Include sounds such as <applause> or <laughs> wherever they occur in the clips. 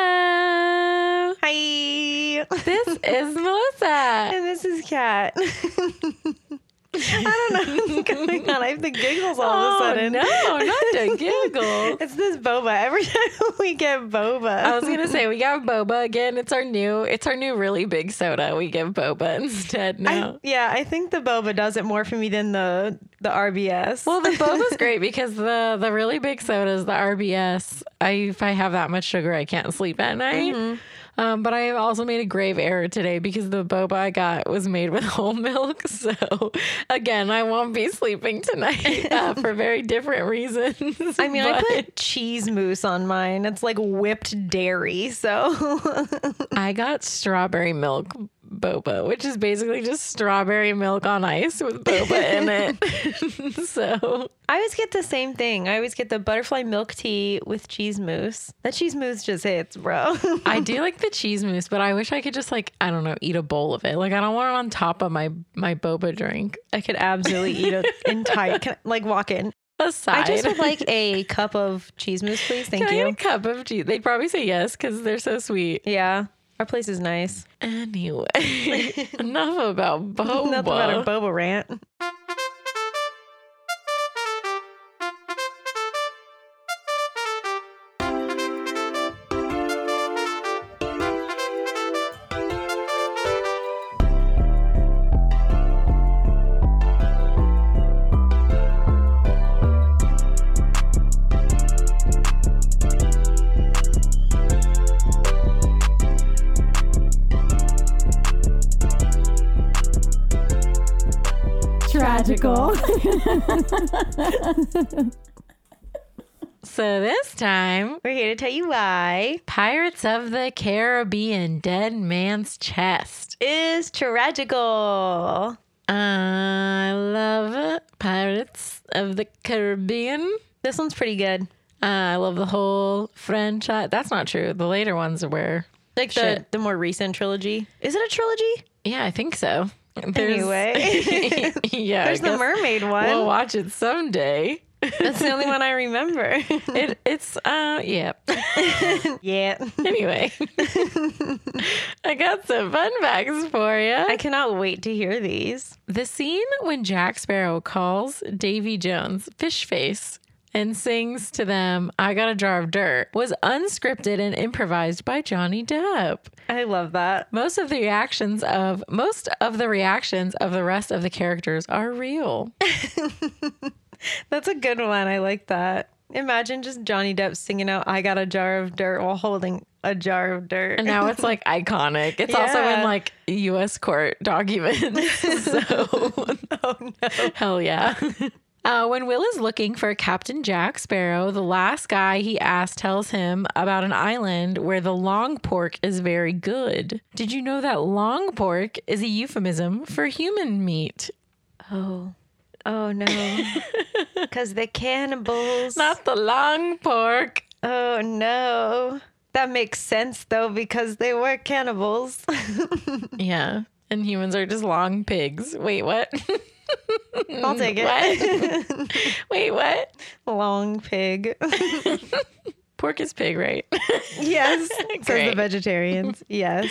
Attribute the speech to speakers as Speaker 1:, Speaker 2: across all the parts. Speaker 1: Hello.
Speaker 2: Hi.
Speaker 1: This is Melissa.
Speaker 2: and this is Kat. <laughs> I don't
Speaker 1: <laughs>
Speaker 2: know what's going on. I have the giggles all of a sudden.
Speaker 1: Oh, no, not the
Speaker 2: <laughs>
Speaker 1: giggle.
Speaker 2: It's this boba. Every <laughs> time we get boba.
Speaker 1: I was gonna say we got boba again. It's our new, it's our new really big soda. We give boba <laughs> instead
Speaker 2: I-
Speaker 1: now.
Speaker 2: yeah, I think the boba does it more for me than the the RBS.
Speaker 1: well, the
Speaker 2: <laughs>
Speaker 1: boba's great because the the really big sodas, the RBS. I if I have that much sugar, I can't sleep at night.
Speaker 2: Mm-hmm.
Speaker 1: Um, but I have also made a grave error today because the boba I got was made with <laughs> whole milk. So again, I won't be sleeping tonight uh,
Speaker 2: <laughs>
Speaker 1: for very different reasons.
Speaker 2: I mean, <laughs> I
Speaker 1: But-
Speaker 2: put cheese mousse on mine. It's like whipped dairy. So <laughs>
Speaker 1: I got strawberry milk boba, which is basically just strawberberry milk on ice with boba in it. <laughs>
Speaker 2: <laughs>
Speaker 1: so
Speaker 2: I always get the same thing. I always get the butterfly milk tea with cheese mousse. That cheese mousse just hits, bro. <laughs>
Speaker 1: I do like the cheese mousse, but I wish I could just like I don't know eat a bowl of it. Like I don't want it on top of my my boba drink.
Speaker 2: I could absolutely
Speaker 1: <laughs>
Speaker 2: eat an entire, can, like walk in.
Speaker 1: Aside,
Speaker 2: I just would like a cup of cheese mousse, please. Thank
Speaker 1: <laughs> Can I
Speaker 2: you.
Speaker 1: get a cup of cheese? They'd probably say yes because they're so sweet.
Speaker 2: yeah. Our place is nice.
Speaker 1: Anyway,
Speaker 2: <laughs>
Speaker 1: enough about boba.
Speaker 2: Nothing about our boba rant.
Speaker 3: tragical.
Speaker 1: so this time,
Speaker 2: We're here to tell you why
Speaker 1: Pirates of the Caribbean: Dead Man's Chest.
Speaker 2: is tragical.
Speaker 1: I love Pirates of the Caribbean.
Speaker 2: This one's pretty good.
Speaker 1: I love the whole franchise. That's not true. The later ones were.
Speaker 2: Like the,
Speaker 1: Shit.
Speaker 2: the more recent trilogy. Is it a trilogy?
Speaker 1: Yeah, I think so. There's-
Speaker 2: Anyway,
Speaker 1: yeah. <laughs> I
Speaker 2: <laughs> there's the
Speaker 1: guess
Speaker 2: mermaid one.
Speaker 1: We'll watch it someday.
Speaker 2: That's the only one
Speaker 1: <laughs>
Speaker 2: I remember. <laughs>
Speaker 1: It, it's, uh, yeah. <laughs>
Speaker 2: yeah. <laughs>
Speaker 1: Anyway, I got some fun facts for you.
Speaker 2: I cannot wait to hear these.
Speaker 1: The scene when Jack Sparrow calls Davy Jones fish face and sings to them, I Got a Jar of Dirt, was unscripted and improvised by Johnny Depp.
Speaker 2: I love that.
Speaker 1: Most of the reactions of most of the reactions of the rest of the characters are real.
Speaker 2: That's a good one. I like that. Imagine just Johnny Depp singing out I got a jar of dirt while holding a jar of dirt.
Speaker 1: And now it's like iconic. It's also in
Speaker 2: Yeah.
Speaker 1: like US court documents. <laughs> So
Speaker 2: <laughs> oh no.
Speaker 1: Hell yeah. <laughs> Uh, when Will is looking for Captain Jack Sparrow, the last guy he asks tells him about an island where the long pork is very good. Did you know that long pork is a euphemism for human meat?
Speaker 2: Oh. Oh no. <laughs> Cuz the cannibals.
Speaker 1: Not the long pork.
Speaker 2: oh no. That makes sense though because they were cannibals. <laughs>
Speaker 1: Yeah. And humans are just long pigs. Wait, <laughs> what?
Speaker 2: I'll take
Speaker 1: <laughs>
Speaker 2: it.
Speaker 1: Mm, What? Wait, what?
Speaker 2: <laughs> Long pig. <laughs>
Speaker 1: Pork is pig, right? <laughs>
Speaker 2: yes. Says
Speaker 1: Great.
Speaker 2: the vegetarians. Yes.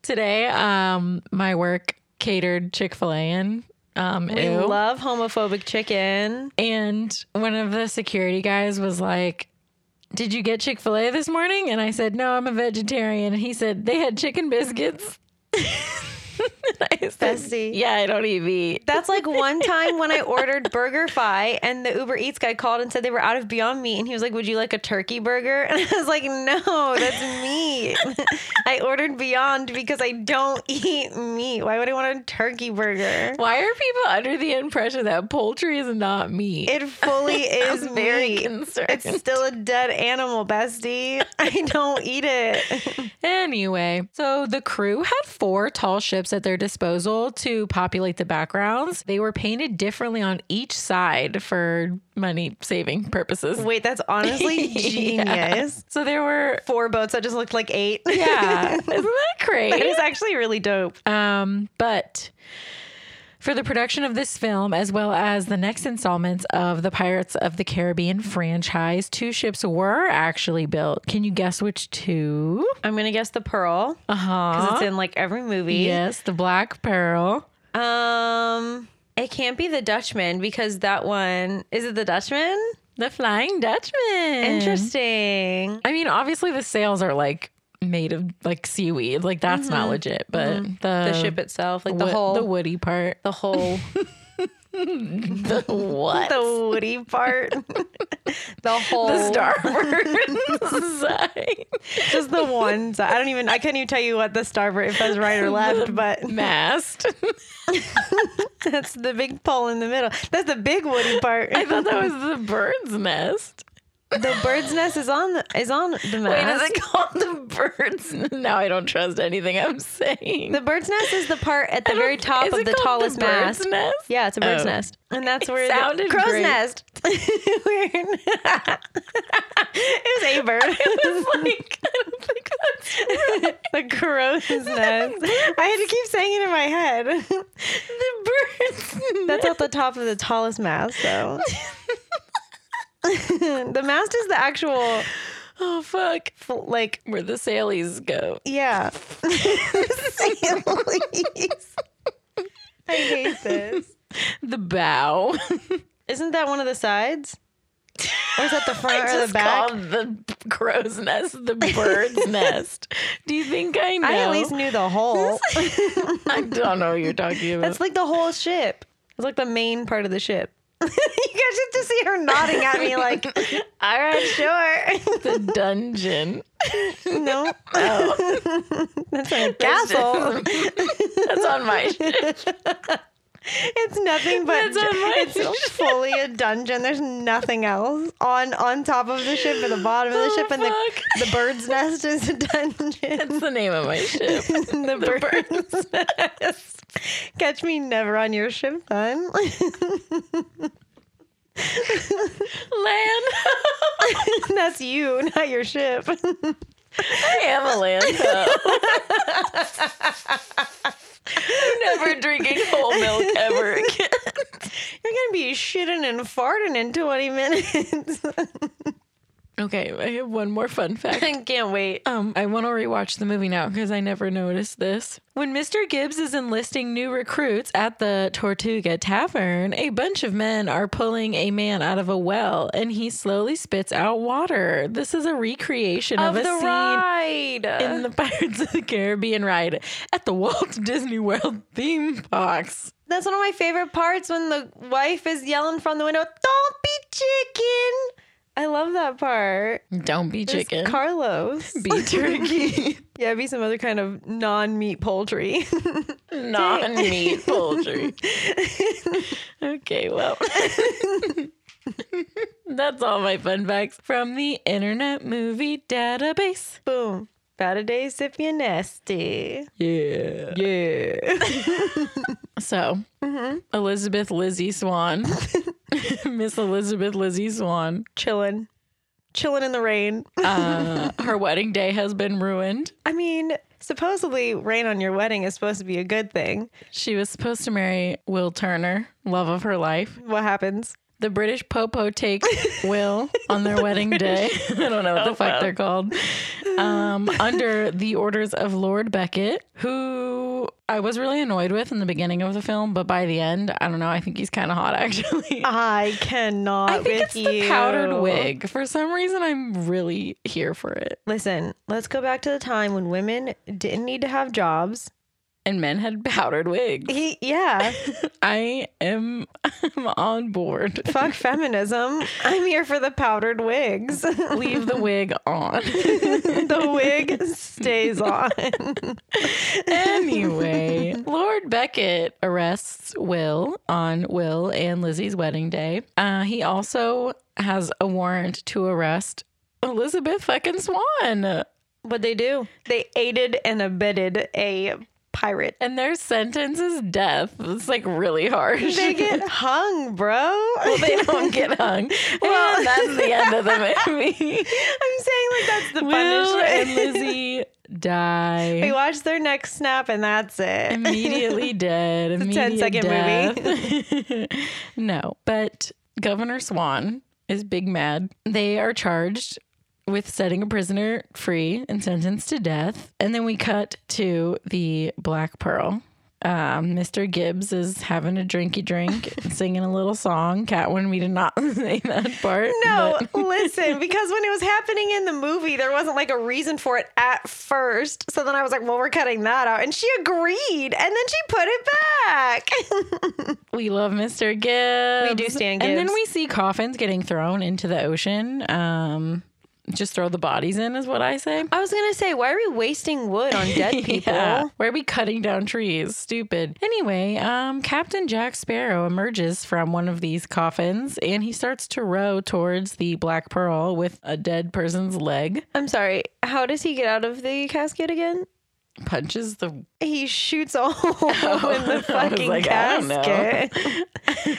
Speaker 1: Today, um, my work catered Chick fil A in. Um,
Speaker 2: We
Speaker 1: ew.
Speaker 2: love homophobic chicken.
Speaker 1: And one of the security guys was like, Did you get Chick fil A this morning? And I said, No, I'm a vegetarian. And he said, They had chicken biscuits. <laughs> and I said,
Speaker 2: Bestie.
Speaker 1: Yeah, I don't eat meat.
Speaker 2: That's like one time when I ordered Burger Fi and the Uber Eats guy called and said they were out of Beyond Meat and he was like, Would you like a turkey burger? <laughs> And I was like, No, that's meat. <laughs> I ordered Beyond because I don't eat meat. Why would I want a turkey burger?
Speaker 1: Why are people under the impression that poultry is not meat?
Speaker 2: It fully is
Speaker 1: <laughs> I'm very
Speaker 2: meat.
Speaker 1: concerned.
Speaker 2: It's still a dead animal, bestie. I don't eat it.
Speaker 1: Anyway, so the crew had four tall ships at their disposal to populate the backgrounds. They were painted differently on each side for money saving purposes.
Speaker 2: Wait, that's
Speaker 1: <laughs>
Speaker 2: honestly
Speaker 1: Yeah.
Speaker 2: genius.
Speaker 1: So there were
Speaker 2: Four boats that just looked like eight.
Speaker 1: Yeah. Isn't that
Speaker 2: <laughs> that
Speaker 1: crazy?
Speaker 2: is actually really dope.
Speaker 1: Um, but for the production of this film, as well as the next installments of the Pirates of the Caribbean franchise, two ships were actually built. Can you guess which two?
Speaker 2: I'm gonna guess the Pearl
Speaker 1: Uh huh.
Speaker 2: because it's in like every movie.
Speaker 1: Yes, the Black Pearl.
Speaker 2: Um, it can't be the Dutchman because that one is it the Dutchman?
Speaker 1: The Flying Dutchman.
Speaker 2: Mm. Interesting.
Speaker 1: I mean, obviously the sails are like made of like seaweed. Like that's not legit, but the,
Speaker 2: Mm-hmm. The ship itself, like the
Speaker 1: wo-
Speaker 2: whole,
Speaker 1: the woody part.
Speaker 2: the whole,
Speaker 1: <laughs>
Speaker 2: <laughs>
Speaker 1: The what?
Speaker 2: <laughs> the woody part, <laughs> the whole,
Speaker 1: the
Speaker 2: Oh.
Speaker 1: <laughs>
Speaker 2: <laughs>
Speaker 1: starboard side.
Speaker 2: just the one. side. <laughs> I don't even. I couldn't even tell you what the starboard if that's right or <laughs> left, but
Speaker 1: Mast.
Speaker 2: that's the big pole in the middle. That's the big woody part.
Speaker 1: <laughs> I thought that was the bird's nest.
Speaker 2: the bird's nest is on the, is on the
Speaker 1: Wait,
Speaker 2: mast.
Speaker 1: is it called the bird's? n- Now I don't trust anything I'm saying.
Speaker 2: the bird's nest is the part at the very top
Speaker 1: Is
Speaker 2: of
Speaker 1: it
Speaker 2: the
Speaker 1: called
Speaker 2: tallest
Speaker 1: the bird's
Speaker 2: mast.
Speaker 1: nest?
Speaker 2: Yeah, it's a bird's
Speaker 1: Oh.
Speaker 2: nest, and that's where the-
Speaker 1: sounded
Speaker 2: crow's
Speaker 1: great.
Speaker 2: <laughs> nest. Weird. <laughs> it was a bird.
Speaker 1: <laughs> It was like I don't think that's
Speaker 2: <laughs> the <laughs> crow's nest. I had to keep saying it in my head. <laughs>
Speaker 1: the bird's.
Speaker 2: That's at the top of the tallest mast, <laughs> though. the mast is the actual
Speaker 1: <laughs> Oh fuck!
Speaker 2: like
Speaker 1: Where the sailies
Speaker 2: <laughs>
Speaker 1: go.
Speaker 2: yeah. Please. I hate this.
Speaker 1: The bow.
Speaker 2: Isn't that one of the sides? Or is that <laughs>
Speaker 1: <laughs>
Speaker 2: the
Speaker 1: I
Speaker 2: front or
Speaker 1: just
Speaker 2: the back?
Speaker 1: called the crow's nest the
Speaker 2: <laughs>
Speaker 1: bird's nest. Do you think I know?
Speaker 2: I at least knew the <laughs> whole.
Speaker 1: I don't know what you're talking about.
Speaker 2: <laughs> That's like the whole ship. It's like the main part of the ship. <laughs> you guys should just see her nodding at me like, all right,
Speaker 1: the
Speaker 2: <laughs>
Speaker 1: dungeon.
Speaker 2: sure. <laughs> no.
Speaker 1: <laughs>
Speaker 2: That's not a
Speaker 1: That's
Speaker 2: Oh, castle.
Speaker 1: <laughs> That's on my ship.
Speaker 2: It's nothing but
Speaker 1: That's on my
Speaker 2: it's fully a dungeon. There's nothing else on on top of the ship, at the bottom of the
Speaker 1: Oh,
Speaker 2: ship, and
Speaker 1: fuck.
Speaker 2: the, the bird's nest is a dungeon.
Speaker 1: That's the name of my ship.
Speaker 2: <laughs> the
Speaker 1: The
Speaker 2: bird.
Speaker 1: bird's
Speaker 2: Catch me never on your ship, then.
Speaker 1: land.
Speaker 2: <laughs> That's you, not your ship.
Speaker 1: I am a
Speaker 2: <laughs>
Speaker 1: land <laughs> I'm never drinking whole milk ever again.
Speaker 2: You're gonna be shitting and farting in 20 minutes. <laughs>
Speaker 1: Okay, I have one more fun fact.
Speaker 2: I can't wait.
Speaker 1: Um, I want to rewatch the movie now because I never noticed this. When Mr. Gibbs is enlisting new recruits at the Tortuga Tavern, a bunch of men are pulling a man out of a well and he slowly spits out water. This is a recreation of, a scene
Speaker 2: ride.
Speaker 1: in the Pirates of the Caribbean ride at the Walt Disney World theme parks.
Speaker 2: That's one of my favorite parts when the wife is yelling from the window, "Don't be chicken." I love that part.
Speaker 1: Don't be
Speaker 2: It's
Speaker 1: chicken.
Speaker 2: Carlos.
Speaker 1: be turkey.
Speaker 2: <laughs> yeah, be some other kind of non-meat poultry. <laughs>
Speaker 1: non meat poultry. <laughs> okay, well. <laughs> That's all my fun facts from the Internet Movie Database.
Speaker 2: Boom. Bad a day, sip you nasty.
Speaker 1: Yeah. Yeah. <laughs> so, Elizabeth Lizzie Swan, <laughs> Miss Elizabeth Lizzie Swan,
Speaker 2: Chillin'. Chillin' in the rain. <laughs>
Speaker 1: uh, her wedding day has been ruined.
Speaker 2: I mean, supposedly rain on your wedding is supposed to be a good thing.
Speaker 1: She was supposed to marry Will Turner, love of her life.
Speaker 2: What happens?
Speaker 1: The British Popo
Speaker 2: <laughs>
Speaker 1: take Will on their wedding day. <laughs> I don't know what the
Speaker 2: Oh,
Speaker 1: fuck they're called.
Speaker 2: <laughs>
Speaker 1: Um, under the orders of Lord Beckett, who I was really annoyed with in the beginning of the film, but by the end, I don't know. I think he's kind of hot <laughs> actually.
Speaker 2: I cannot
Speaker 1: I think
Speaker 2: with
Speaker 1: it's the
Speaker 2: you.
Speaker 1: powdered wig. For some reason, I'm really here for it.
Speaker 2: Listen, let's go back to the time when women didn't need to have jobs.
Speaker 1: And men had <laughs> powdered wigs.
Speaker 2: He,
Speaker 1: <laughs>
Speaker 2: yeah,
Speaker 1: I am <laughs> I'm on board.
Speaker 2: <laughs> fuck feminism. I'm here for the powdered wigs. <laughs>
Speaker 1: Leave the wig on.
Speaker 2: the wig stays on.
Speaker 1: Anyway, <laughs> Lord Beckett arrests Will on Will and Lizzie's wedding day. Uh, he also has a warrant to arrest Elizabeth fucking Swan.
Speaker 2: what they do? They aided and abetted a pirate.
Speaker 1: And their sentence is death. It's like really harsh. <laughs>
Speaker 2: They get hung, bro.
Speaker 1: They don't
Speaker 2: <laughs>
Speaker 1: get hung. Well, that's the end of the movie.
Speaker 2: I'm saying like that's the
Speaker 1: Will
Speaker 2: <laughs> punishment.
Speaker 1: and Lizzie <laughs> die.
Speaker 2: We watch their next snap and that's it. <laughs>
Speaker 1: Immediately dead.
Speaker 2: a
Speaker 1: Immediate
Speaker 2: 10-second
Speaker 1: movie. <laughs> no, but Governor Swan is big mad. They are charged with setting a prisoner free and sentenced to death. And then we cut to the Black Pearl. Um, Mr. Gibbs is having a drinky
Speaker 2: <laughs>
Speaker 1: drink, singing a little song. Catwoman, we did not <laughs> say that part.
Speaker 2: No,
Speaker 1: but-
Speaker 2: <laughs> listen, because when it was happening in the movie, there wasn't like a reason for it at first. So then I was like, well, we're cutting that out. And she agreed. And then she put it back. <laughs>
Speaker 1: We love Mr. Gibbs.
Speaker 2: We do stand
Speaker 1: And then
Speaker 2: Gibbs.
Speaker 1: we see coffins getting thrown into the ocean. Um, just throw the bodies in, is what I
Speaker 2: <laughs>
Speaker 1: say.
Speaker 2: I was going to say, why are we wasting wood on <laughs> dead people?
Speaker 1: Yeah. Why are we cutting down trees? Stupid. Anyway, um, Captain Jack Sparrow emerges from one of these coffins and he starts to row towards the Black Pearl with a dead person's leg.
Speaker 2: I'm sorry. How does he get out of the casket again?
Speaker 1: Punches the.
Speaker 2: He shoots a <laughs> hole in
Speaker 1: I
Speaker 2: the
Speaker 1: was
Speaker 2: fucking
Speaker 1: like, I don't know.
Speaker 2: casket.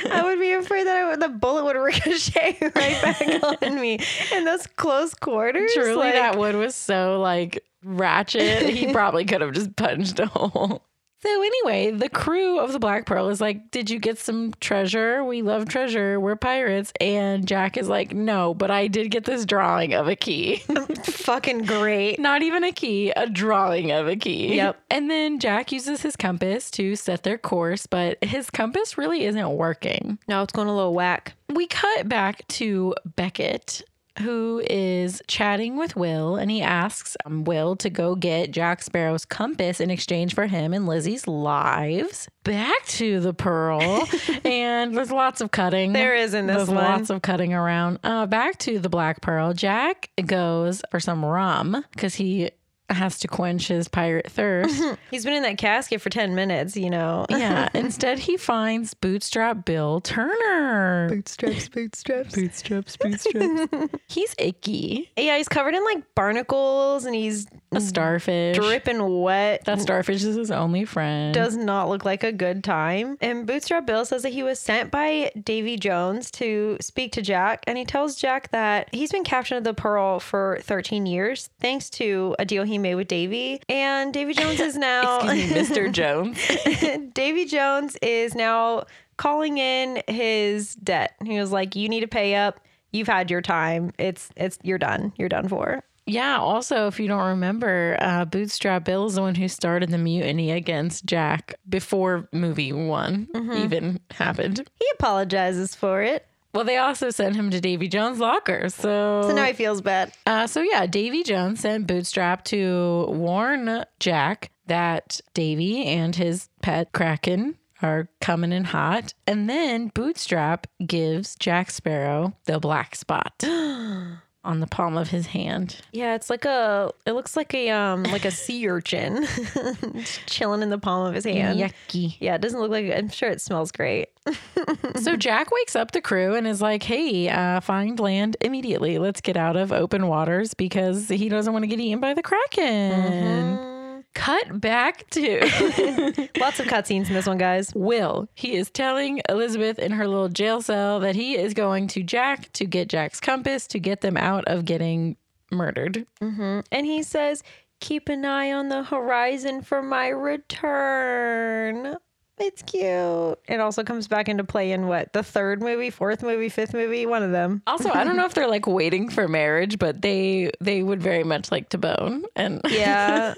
Speaker 2: <laughs> I would be afraid that I would, the bullet would <laughs> ricochet right back <laughs> on me in those close quarters.
Speaker 1: Truly,
Speaker 2: like-
Speaker 1: that wood was so like ratchet. <laughs> he probably could have just punched a hole. So anyway, the crew of the Black Pearl is like, "Did you get some treasure? We love treasure. We're pirates." And Jack is like, "No, but I did get this drawing of a key." <laughs>
Speaker 2: <laughs> fucking great.
Speaker 1: Not even a key, a drawing of a key.
Speaker 2: Yep.
Speaker 1: And then Jack uses his compass to set their course, but his compass really isn't working.
Speaker 2: No, it's going a little whack.
Speaker 1: We cut back to Beckett, who is chatting with Will, and he asks um, Will to go get Jack Sparrow's compass in exchange for him and Lizzie's lives. Back to the
Speaker 2: <laughs>
Speaker 1: Pearl, and there's lots of cutting.
Speaker 2: There is in this
Speaker 1: There's
Speaker 2: one.
Speaker 1: lots of cutting around. Uh, back to the Black Pearl. Jack goes for some rum because he has to quench his pirate
Speaker 2: <laughs>
Speaker 1: thirst.
Speaker 2: He's been in that casket for 10 minutes, you know. <laughs>
Speaker 1: yeah. Instead, he finds Bootstrap Bill Turner.
Speaker 2: Bootstraps, bootstraps.
Speaker 1: Bootstraps, bootstraps. He's icky.
Speaker 2: Yeah, he's covered in like barnacles and he's
Speaker 1: A starfish.
Speaker 2: dripping wet.
Speaker 1: That starfish is his only friend. <laughs>
Speaker 2: does not look like a good time. And Bootstrap Bill says that he was sent by Davy Jones to speak to Jack, and he tells Jack that he's been captain of the Pearl for 13 years, thanks to a deal he made with Davy. And Davy Jones is now
Speaker 1: Excuse me, Mr. Jones.
Speaker 2: <laughs> Davy Jones is now calling in his debt. He was like, "You need to pay up. You've had your time. It's it's you're done. You're done for."
Speaker 1: Yeah. Also, if you don't remember, uh, Bootstrap Bill is the one who started the mutiny against Jack before movie one even happened.
Speaker 2: He apologizes for it,
Speaker 1: Well, they also sent him to Davy Jones' locker. So,
Speaker 2: so now he feels bad.
Speaker 1: uh, so yeah, Davy Jones sent Bootstrap to warn Jack that Davy and his pet Kraken are coming in hot. And then Bootstrap gives Jack Sparrow the black spot on the palm of his hand.
Speaker 2: Yeah, it's like a. It looks like a um like a sea urchin, Just <laughs> chilling in the palm of his hand.
Speaker 1: Yucky.
Speaker 2: <laughs> Yeah, it doesn't look like. I'm sure it smells great.
Speaker 1: So Jack wakes up the crew and is like, "Hey, uh, find land immediately. Let's get out of open waters because he doesn't want to get eaten by the kraken." Cut back to
Speaker 2: Lots of cutscenes in this one, guys.
Speaker 1: Will. He is telling Elizabeth in her little jail cell that he is going to Jack to get Jack's compass to get them out of getting murdered.
Speaker 2: Mm-hmm. And he says, "Keep an eye on the horizon for my return." It's cute. It also comes back into play in what the third movie, fourth movie, fifth movie, one
Speaker 1: <laughs>
Speaker 2: of them.
Speaker 1: Also, I don't know if they're like waiting for marriage, but they they would very much like to bone and
Speaker 2: Yeah,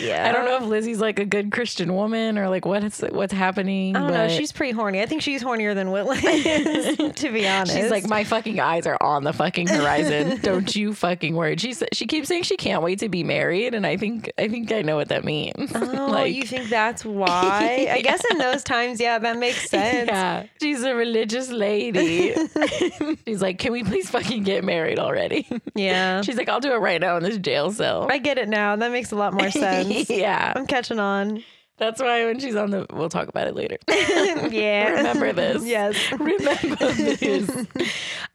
Speaker 2: yeah.
Speaker 1: I don't know if Lizzie's like a good Christian woman or like what's what's happening.
Speaker 2: I don't know.
Speaker 1: but
Speaker 2: She's pretty horny. I think she's hornier than Whitley is,
Speaker 1: <laughs>
Speaker 2: to be honest.
Speaker 1: she's like, my fucking eyes are on the fucking
Speaker 2: <laughs>
Speaker 1: horizon. don't you fucking worry. She's she keeps saying she can't wait to be married, and I think I think I know what that means. <laughs>
Speaker 2: Oh, you think that's why? I guess in those times, yeah, that makes
Speaker 1: <laughs>
Speaker 2: sense.
Speaker 1: yeah, she's a religious
Speaker 2: <laughs>
Speaker 1: lady. she's like, can we please fucking get married already?
Speaker 2: Yeah.
Speaker 1: she's like, I'll do it right now in this jail cell.
Speaker 2: I get it now. That makes a
Speaker 1: <laughs>
Speaker 2: lot more sense.
Speaker 1: yeah,
Speaker 2: I'm
Speaker 1: <laughs>
Speaker 2: catching on. <laughs>
Speaker 1: that's why when she's on the, we'll talk about it later. <laughs>
Speaker 2: yeah.
Speaker 1: Remember this.
Speaker 2: <laughs> Yes. <laughs>
Speaker 1: Remember this.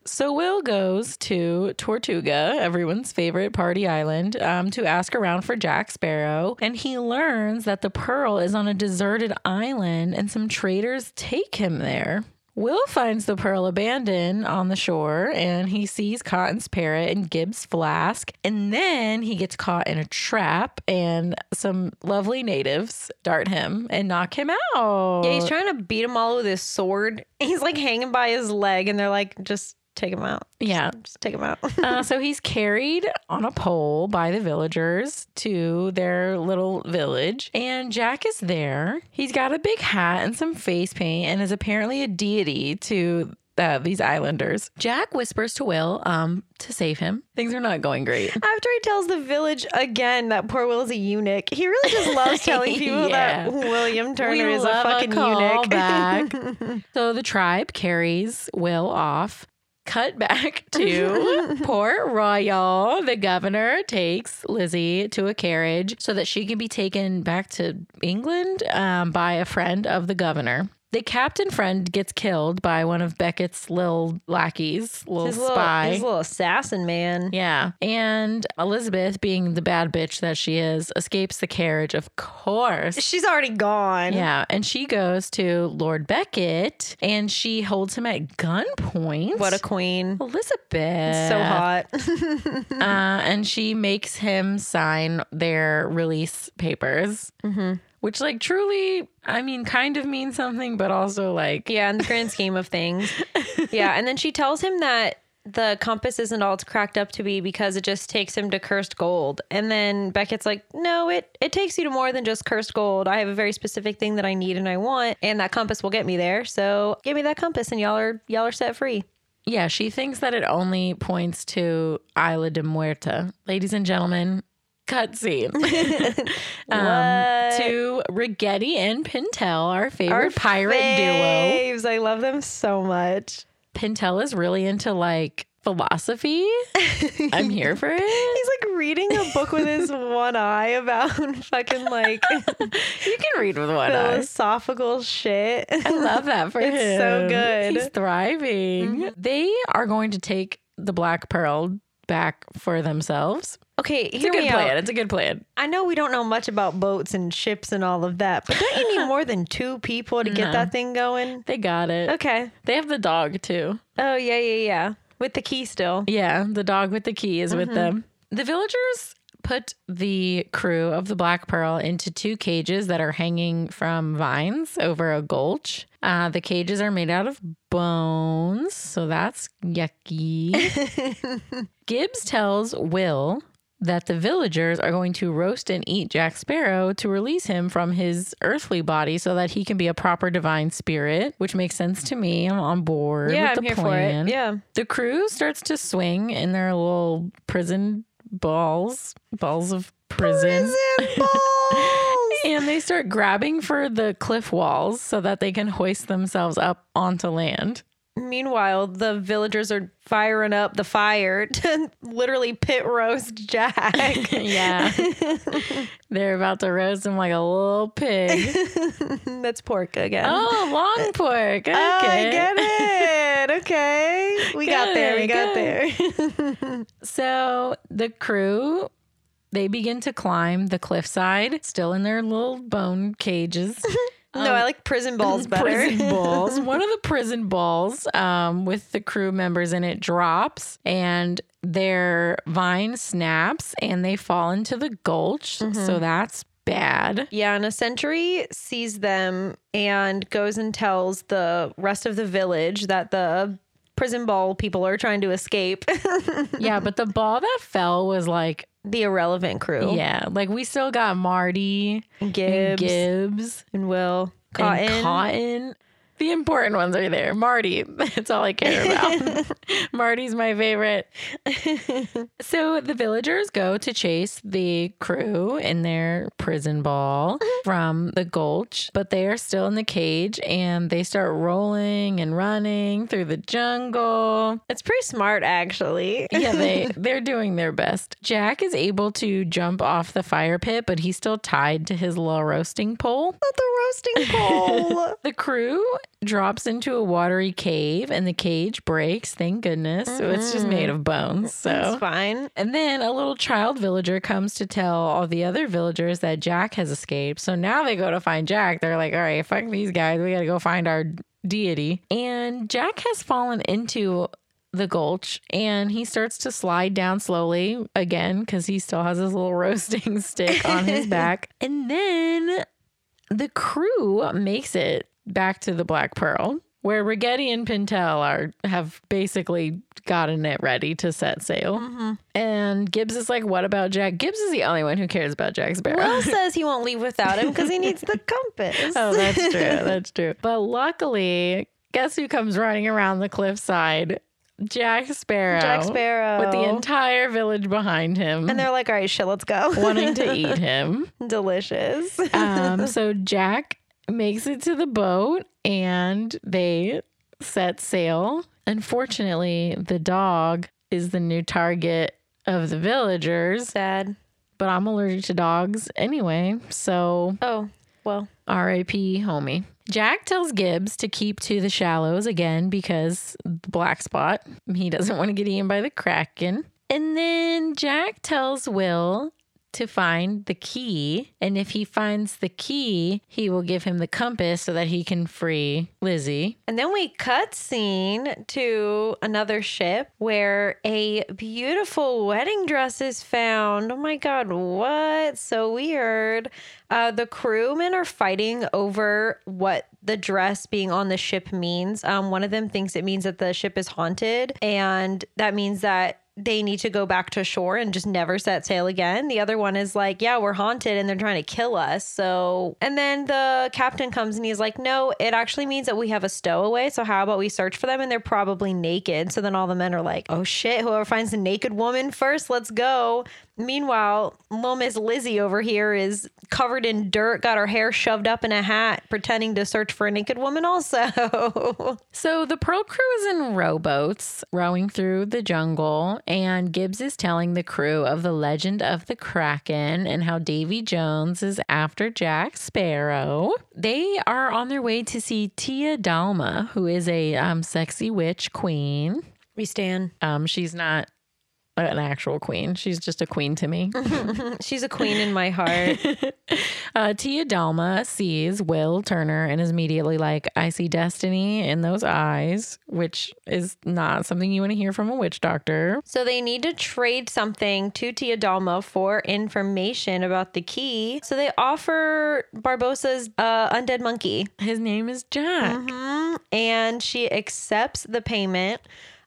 Speaker 1: so Will goes to Tortuga, everyone's favorite party island, um, to ask around for Jack Sparrow, and he learns that the Pearl is on a deserted island, and some traders take him there. Will finds the pearl abandoned on the shore and he sees Cotton's parrot and Gibbs' flask. And then he gets caught in a trap and some lovely natives dart him and knock him out.
Speaker 2: Yeah, he's trying to beat them all with his sword. <laughs> He's like hanging by his leg, and they're like, just take him out.
Speaker 1: Yeah.
Speaker 2: Just take him out. <laughs>
Speaker 1: <laughs> Uh, so he's carried on a pole by the villagers to their little village, and Jack is there. He's got a big hat and some face paint, and is apparently a deity to uh, these islanders. Jack whispers to Will um, to save him. Things are not going great.
Speaker 2: After he tells the village again that poor Will is a eunuch, he really just
Speaker 1: <laughs>
Speaker 2: loves telling people
Speaker 1: Yeah.
Speaker 2: that William Turner is a
Speaker 1: love
Speaker 2: fucking eunuch. <laughs>
Speaker 1: callback. <laughs> so the tribe carries Will off. Cut back <laughs> to Port Royal. The governor takes Lizzie to a carriage so that she can be taken back to England um, by a friend of the governor. The captain friend gets killed by one of Beckett's little lackeys, little
Speaker 2: His little,
Speaker 1: spy.
Speaker 2: his little assassin man.
Speaker 1: Yeah. And Elizabeth, being the bad bitch that she is, escapes the carriage, of course.
Speaker 2: She's already gone.
Speaker 1: Yeah, and she goes to Lord Beckett and she holds him at gunpoint.
Speaker 2: What a queen.
Speaker 1: Elizabeth.
Speaker 2: So hot.
Speaker 1: Uh, and she makes him sign their release papers,
Speaker 2: Mm-hmm.
Speaker 1: which, like, truly, I mean, kind of means something, but also, like,
Speaker 2: yeah, in the grand scheme of things. Yeah. And then she tells him that the compass isn't all it's cracked up to be because it just takes him to cursed gold. And then Beckett's like, No, it it takes you to more than just cursed gold. I have a very specific thing that I need and I want, and that compass will get me there. So give me that compass and y'all are y'all are set free.
Speaker 1: yeah, she thinks that it only points to Isla de Muerta. Ladies and gentlemen,
Speaker 2: <laughs>
Speaker 1: cutscene. <laughs> um, to Rigetti and Pintel, our favorite pirate duo.
Speaker 2: duo. I love them so much.
Speaker 1: Pintel is really into like philosophy. I'm here for it.
Speaker 2: He's like reading a book
Speaker 1: <laughs>
Speaker 2: with his one eye about <laughs> fucking like
Speaker 1: You can read with one eye.
Speaker 2: philosophical shit.
Speaker 1: I love that for him.
Speaker 2: It's so good.
Speaker 1: He's thriving. They are going to take the Black Pearl back for themselves.
Speaker 2: <laughs> Okay,
Speaker 1: It's
Speaker 2: hear
Speaker 1: a good
Speaker 2: me
Speaker 1: plan.
Speaker 2: out.
Speaker 1: It's a good plan.
Speaker 2: I know we don't know much about boats and ships and all of that, but don't you need more than two people to get that thing going?
Speaker 1: They got it.
Speaker 2: Okay.
Speaker 1: They have the dog too.
Speaker 2: Oh yeah, yeah, yeah. With the key still.
Speaker 1: Yeah, the dog with the key is with them. Mm-hmm. The villagers put the crew of the Black Pearl into two cages that are hanging from vines over a gulch. Uh, the cages are made out of bones, so that's <laughs> yucky. Gibbs tells Will that the villagers are going to roast and eat Jack Sparrow to release him from his earthly body so that he can be a proper divine spirit, which makes sense to me. I'm on board
Speaker 2: Yeah,
Speaker 1: with
Speaker 2: I'm
Speaker 1: the
Speaker 2: here
Speaker 1: plan.
Speaker 2: for it. Yeah.
Speaker 1: The crew starts to swing in their little prison balls, balls of prison. And they start grabbing for the cliff walls so that they can hoist themselves up onto land.
Speaker 2: <laughs> Meanwhile, the villagers are firing up the fire to <laughs> literally pit
Speaker 1: <laughs>
Speaker 2: roast Jack.
Speaker 1: Yeah. They're about to roast him like a little
Speaker 2: <laughs>
Speaker 1: pig.
Speaker 2: That's pork again.
Speaker 1: Oh, long pork. Okay.
Speaker 2: Oh, I get it. Okay. We got there. We
Speaker 1: Good,
Speaker 2: got there.
Speaker 1: So the crew they begin to climb the cliffside, still in their little bone cages.
Speaker 2: no, I like prison balls better.
Speaker 1: Um, <laughs>
Speaker 2: <laughs>
Speaker 1: Prison balls. One of the prison balls um, with the crew members in it drops and their vine snaps and they fall into the gulch. So
Speaker 2: Mm-hmm.
Speaker 1: that's
Speaker 2: <laughs>
Speaker 1: bad.
Speaker 2: Yeah, and a sentry sees them and goes and tells the rest of the village that the prison ball people are trying to escape <laughs>
Speaker 1: yeah, but the ball that fell was like,
Speaker 2: the irrelevant crew.
Speaker 1: yeah, like we still got Marty,
Speaker 2: And
Speaker 1: and
Speaker 2: Gibbs,
Speaker 1: Gibbs,
Speaker 2: and Will. Cotton.
Speaker 1: Cotton. and Cotton. The important ones are there. Marty, <laughs> that's all I care about. <laughs> Marty's my <laughs> favorite. So the villagers go to chase the crew in their prison ball from the gulch, but they are still in the cage and they start rolling and running through the jungle.
Speaker 2: It's pretty smart, actually.
Speaker 1: Yeah,
Speaker 2: <laughs>
Speaker 1: they <laughs> they're doing their best. Jack is able to jump off the fire pit, but he's still tied to his little roasting pole. <laughs>
Speaker 2: the roasting pole.
Speaker 1: The crew drops into a watery cave and the cage breaks, thank goodness. So it's just made of bones.
Speaker 2: It's
Speaker 1: So
Speaker 2: fine.
Speaker 1: and then a little child villager comes to tell all the other villagers that Jack has escaped. So now they go to find Jack. They're like, all right, fuck these guys. We got to go find our deity. And Jack has fallen into the gulch and he starts to slide down slowly again because he still has his little <laughs> roasting stick on his back. And then the crew makes it back to the Black Pearl. Where Rigetti and Pintel are have basically gotten it ready to set sail,
Speaker 2: Mm-hmm.
Speaker 1: and Gibbs is like, "What about Jack?" Gibbs is the only one who cares about Jack Sparrow. <laughs>
Speaker 2: Will says he won't leave without him because he needs the compass.
Speaker 1: Oh, that's true.
Speaker 2: <laughs>
Speaker 1: That's true. But luckily, guess who comes running around the cliffside? Jack Sparrow.
Speaker 2: <laughs> Jack Sparrow.
Speaker 1: With the entire village behind him,
Speaker 2: and they're like, all right, shit, let's go.
Speaker 1: wanting
Speaker 2: <laughs>
Speaker 1: to eat him.
Speaker 2: Delicious.
Speaker 1: Um, so Jack makes it to the boat and they set sail. Unfortunately, the dog is the new target of the villagers,
Speaker 2: Sad.
Speaker 1: but I'm allergic to dogs anyway. So
Speaker 2: Oh, well.
Speaker 1: RIP, homie. Jack tells Gibbs to keep to the shallows again because the black spot. He doesn't want to get eaten by the kraken. And then Jack tells Will to find the key. And if he finds the key, he will give him the compass so that he can free Lizzie.
Speaker 2: And then we cut scene to another ship where a beautiful wedding dress is found. Oh my God, what? So weird. Uh, the crewmen are fighting over what the dress being on the ship means. Um, one of them thinks it means that the ship is haunted, and that means that they need to go back to shore and just never set sail again. The other one is like, yeah, we're haunted and they're trying to kill us. So, and then the captain comes and he's like, no, it actually means that we have a stowaway. So, how about we search for them? And they're probably naked. So then all the men are like, oh shit, whoever finds the naked woman first, let's go. Meanwhile, little Miss Lizzie over here is covered in dirt, got her hair shoved up in a hat, pretending to search for a naked woman, also. <laughs>
Speaker 1: So the Pearl crew is in rowboats rowing through the jungle, and Gibbs is telling the crew of the legend of the Kraken and how Davy Jones is after Jack Sparrow. They are on their way to see Tia Dalma, who is a um, sexy witch queen.
Speaker 2: we stand.
Speaker 1: Um, she's not an actual queen, she's just a queen to me.
Speaker 2: Mm, She's a queen in my heart.
Speaker 1: Uh, Tia Dalma sees Will Turner and is immediately like, I see destiny in those eyes, which is not something you want to hear from a witch doctor.
Speaker 2: So they need to trade something to Teodalma for information about the key. So they offer Barbosa's uh, undead monkey,
Speaker 1: His name is Jack.
Speaker 2: Uh-huh. Mm-hmm. and she accepts the payment.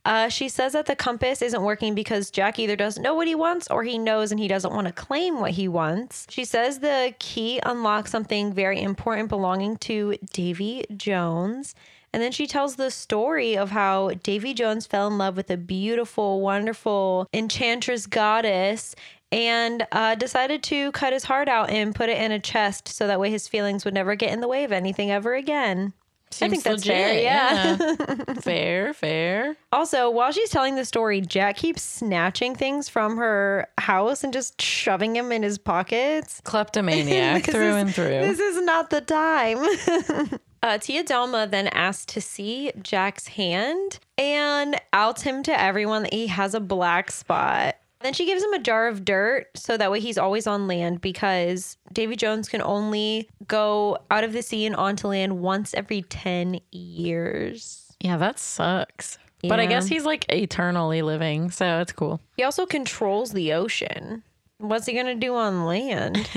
Speaker 2: Uh, she says that the compass isn't working because Jack either doesn't know what he wants or he knows and he doesn't want to claim what he wants. She says the key unlocks something very important belonging to Davy Jones. And then she tells the story of how Davy Jones fell in love with a beautiful, wonderful enchantress goddess and uh, decided to cut his heart out and put it in a chest so that way his feelings would never get in the way of anything ever again. I think that's
Speaker 1: Seems
Speaker 2: fair.
Speaker 1: legit,
Speaker 2: Yeah. <laughs>
Speaker 1: yeah. fair, fair.
Speaker 2: also, while she's telling the story, Jack keeps snatching things from her house and just shoving them in his pockets.
Speaker 1: Kleptomaniac
Speaker 2: <laughs> This
Speaker 1: through
Speaker 2: is-
Speaker 1: and through.
Speaker 2: This is not the time. <laughs> uh, Tia Delma then asked to see Jack's hand and outs him to everyone that he has a black spot. Then she gives him a jar of dirt so that way he's always on land because Davy Jones can only go out of the sea and onto land once every 10 years.
Speaker 1: Yeah, that sucks. But I
Speaker 2: Yeah.
Speaker 1: guess he's like eternally living, so it's cool.
Speaker 2: He also controls the ocean. What's he going to do on land?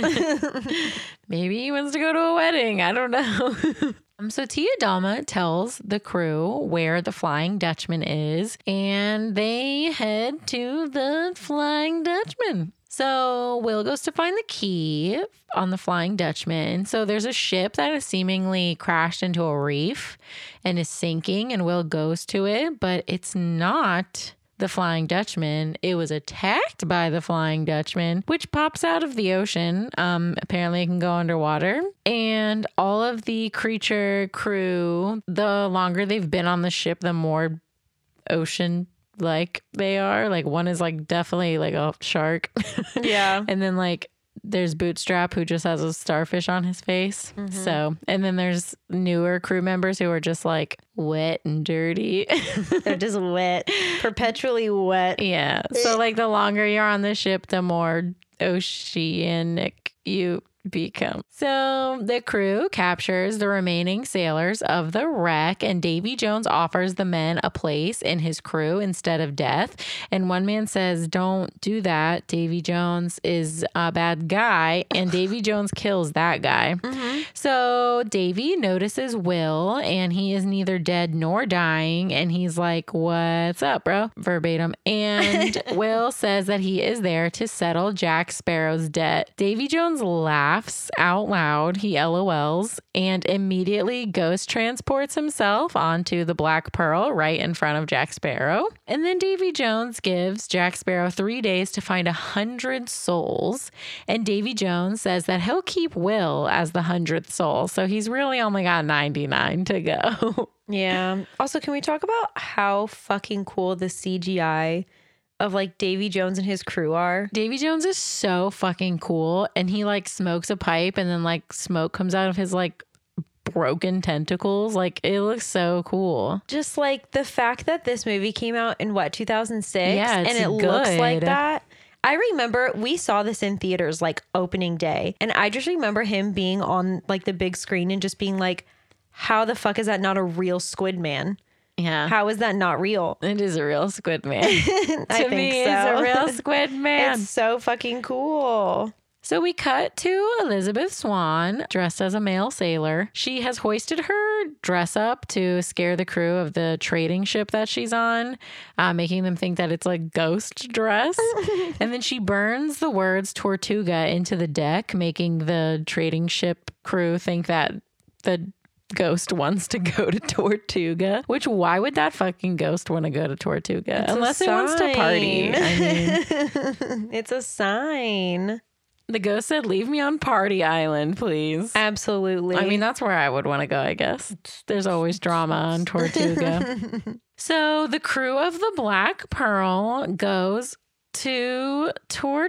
Speaker 1: Maybe he wants to go to a wedding. I don't know. <laughs> Um, so Tia Dama tells the crew where the Flying Dutchman is, and they head to the Flying Dutchman. So Will goes to find the key on the Flying Dutchman. So there's a ship that has seemingly crashed into a reef and is sinking, and Will goes to it, but it's not the Flying Dutchman. It was attacked by the Flying Dutchman, which pops out of the ocean. Um, apparently, it can go underwater. And all of the creature crew, the longer they've been on the ship, the more ocean like they are. Like, one is like definitely like a shark. <laughs>
Speaker 2: yeah.
Speaker 1: and then, like, there's Bootstrap who just has a starfish on his face. So, and then there's newer crew members who are just like wet and dirty.
Speaker 2: <laughs>
Speaker 1: <laughs>
Speaker 2: They're just wet, perpetually wet.
Speaker 1: Yeah. So like the longer you're on the ship, the more oceanic you become. So the crew captures the remaining sailors of the wreck, and Davy Jones offers the men a place in his crew instead of death. And one man says, Don't do that. Davy Jones is a bad guy, and Davy Jones kills that guy. Mm-hmm. So Davy notices Will, and he is neither dead nor dying. And he's like, What's up, bro? Verbatim. And Will says that he is there to settle Jack Sparrow's debt. Davy Jones laughs out loud. He LOLs and immediately ghost transports himself onto the Black Pearl right in front of Jack Sparrow. And then Davy Jones gives Jack Sparrow three days to find a hundred souls. And Davy Jones says that he'll keep Will as the hundredth soul. So he's really only got 99 to go. <laughs>
Speaker 2: Yeah. Also, can we talk about how fucking cool the CGI of like Davy Jones and his crew are?
Speaker 1: Davy Jones is so fucking cool. And he like smokes a pipe and then like smoke comes out of his like broken tentacles. Like it looks so cool.
Speaker 2: Just like the fact that this movie came out in what 2006
Speaker 1: Yeah,
Speaker 2: and
Speaker 1: it's
Speaker 2: it looks like
Speaker 1: good.
Speaker 2: that. I remember we saw this in theaters like opening day and I just remember him being on like the big screen and just being like how the fuck is that not a real squid man?
Speaker 1: Yeah.
Speaker 2: How is that not real?
Speaker 1: it is a real squid man.
Speaker 2: <laughs> I
Speaker 1: to
Speaker 2: think
Speaker 1: me,
Speaker 2: so.
Speaker 1: it's a
Speaker 2: <laughs>
Speaker 1: real squid man.
Speaker 2: It's so fucking cool.
Speaker 1: So we cut to Elizabeth Swan dressed as a male sailor. She has hoisted her dress up to scare the crew of the trading ship that she's on, uh, making them think that it's like ghost
Speaker 2: <laughs>
Speaker 1: dress. and then she burns the words Tortuga into the deck, making the trading ship crew think that the ghost wants to go to Tortuga. Which why would that fucking ghost want to go to Tortuga
Speaker 2: a
Speaker 1: unless it wants to party?
Speaker 2: sign.
Speaker 1: I mean.
Speaker 2: <laughs> It's a sign.
Speaker 1: The ghost said, Leave me on Party Island, please.
Speaker 2: Absolutely.
Speaker 1: I mean, that's where I would want to go, I guess. There's always drama on Tortuga. <laughs> so the crew of the Black Pearl goes to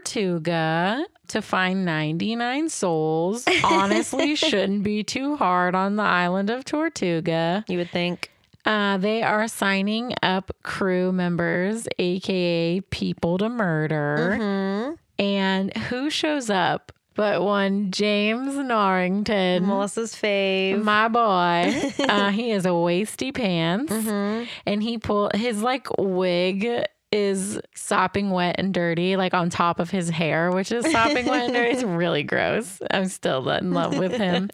Speaker 1: Tortuga to find 99 <laughs> souls. Honestly, shouldn't be too hard on the island of Tortuga.
Speaker 2: you would think.
Speaker 1: Uh, they are signing up crew members, aka people to murder.
Speaker 2: "Hmm,
Speaker 1: Mm-hmm. And who shows up but one James Norrington?
Speaker 2: Melissa's fave.
Speaker 1: my
Speaker 2: <laughs>
Speaker 1: boy. uh, he is a wasty pants,
Speaker 2: Mm-hmm.
Speaker 1: and he pull his like wig is sopping wet and dirty, like on top of his hair, which is sopping wet and
Speaker 2: <laughs>
Speaker 1: dirty. It's really gross. I'm still in love with him.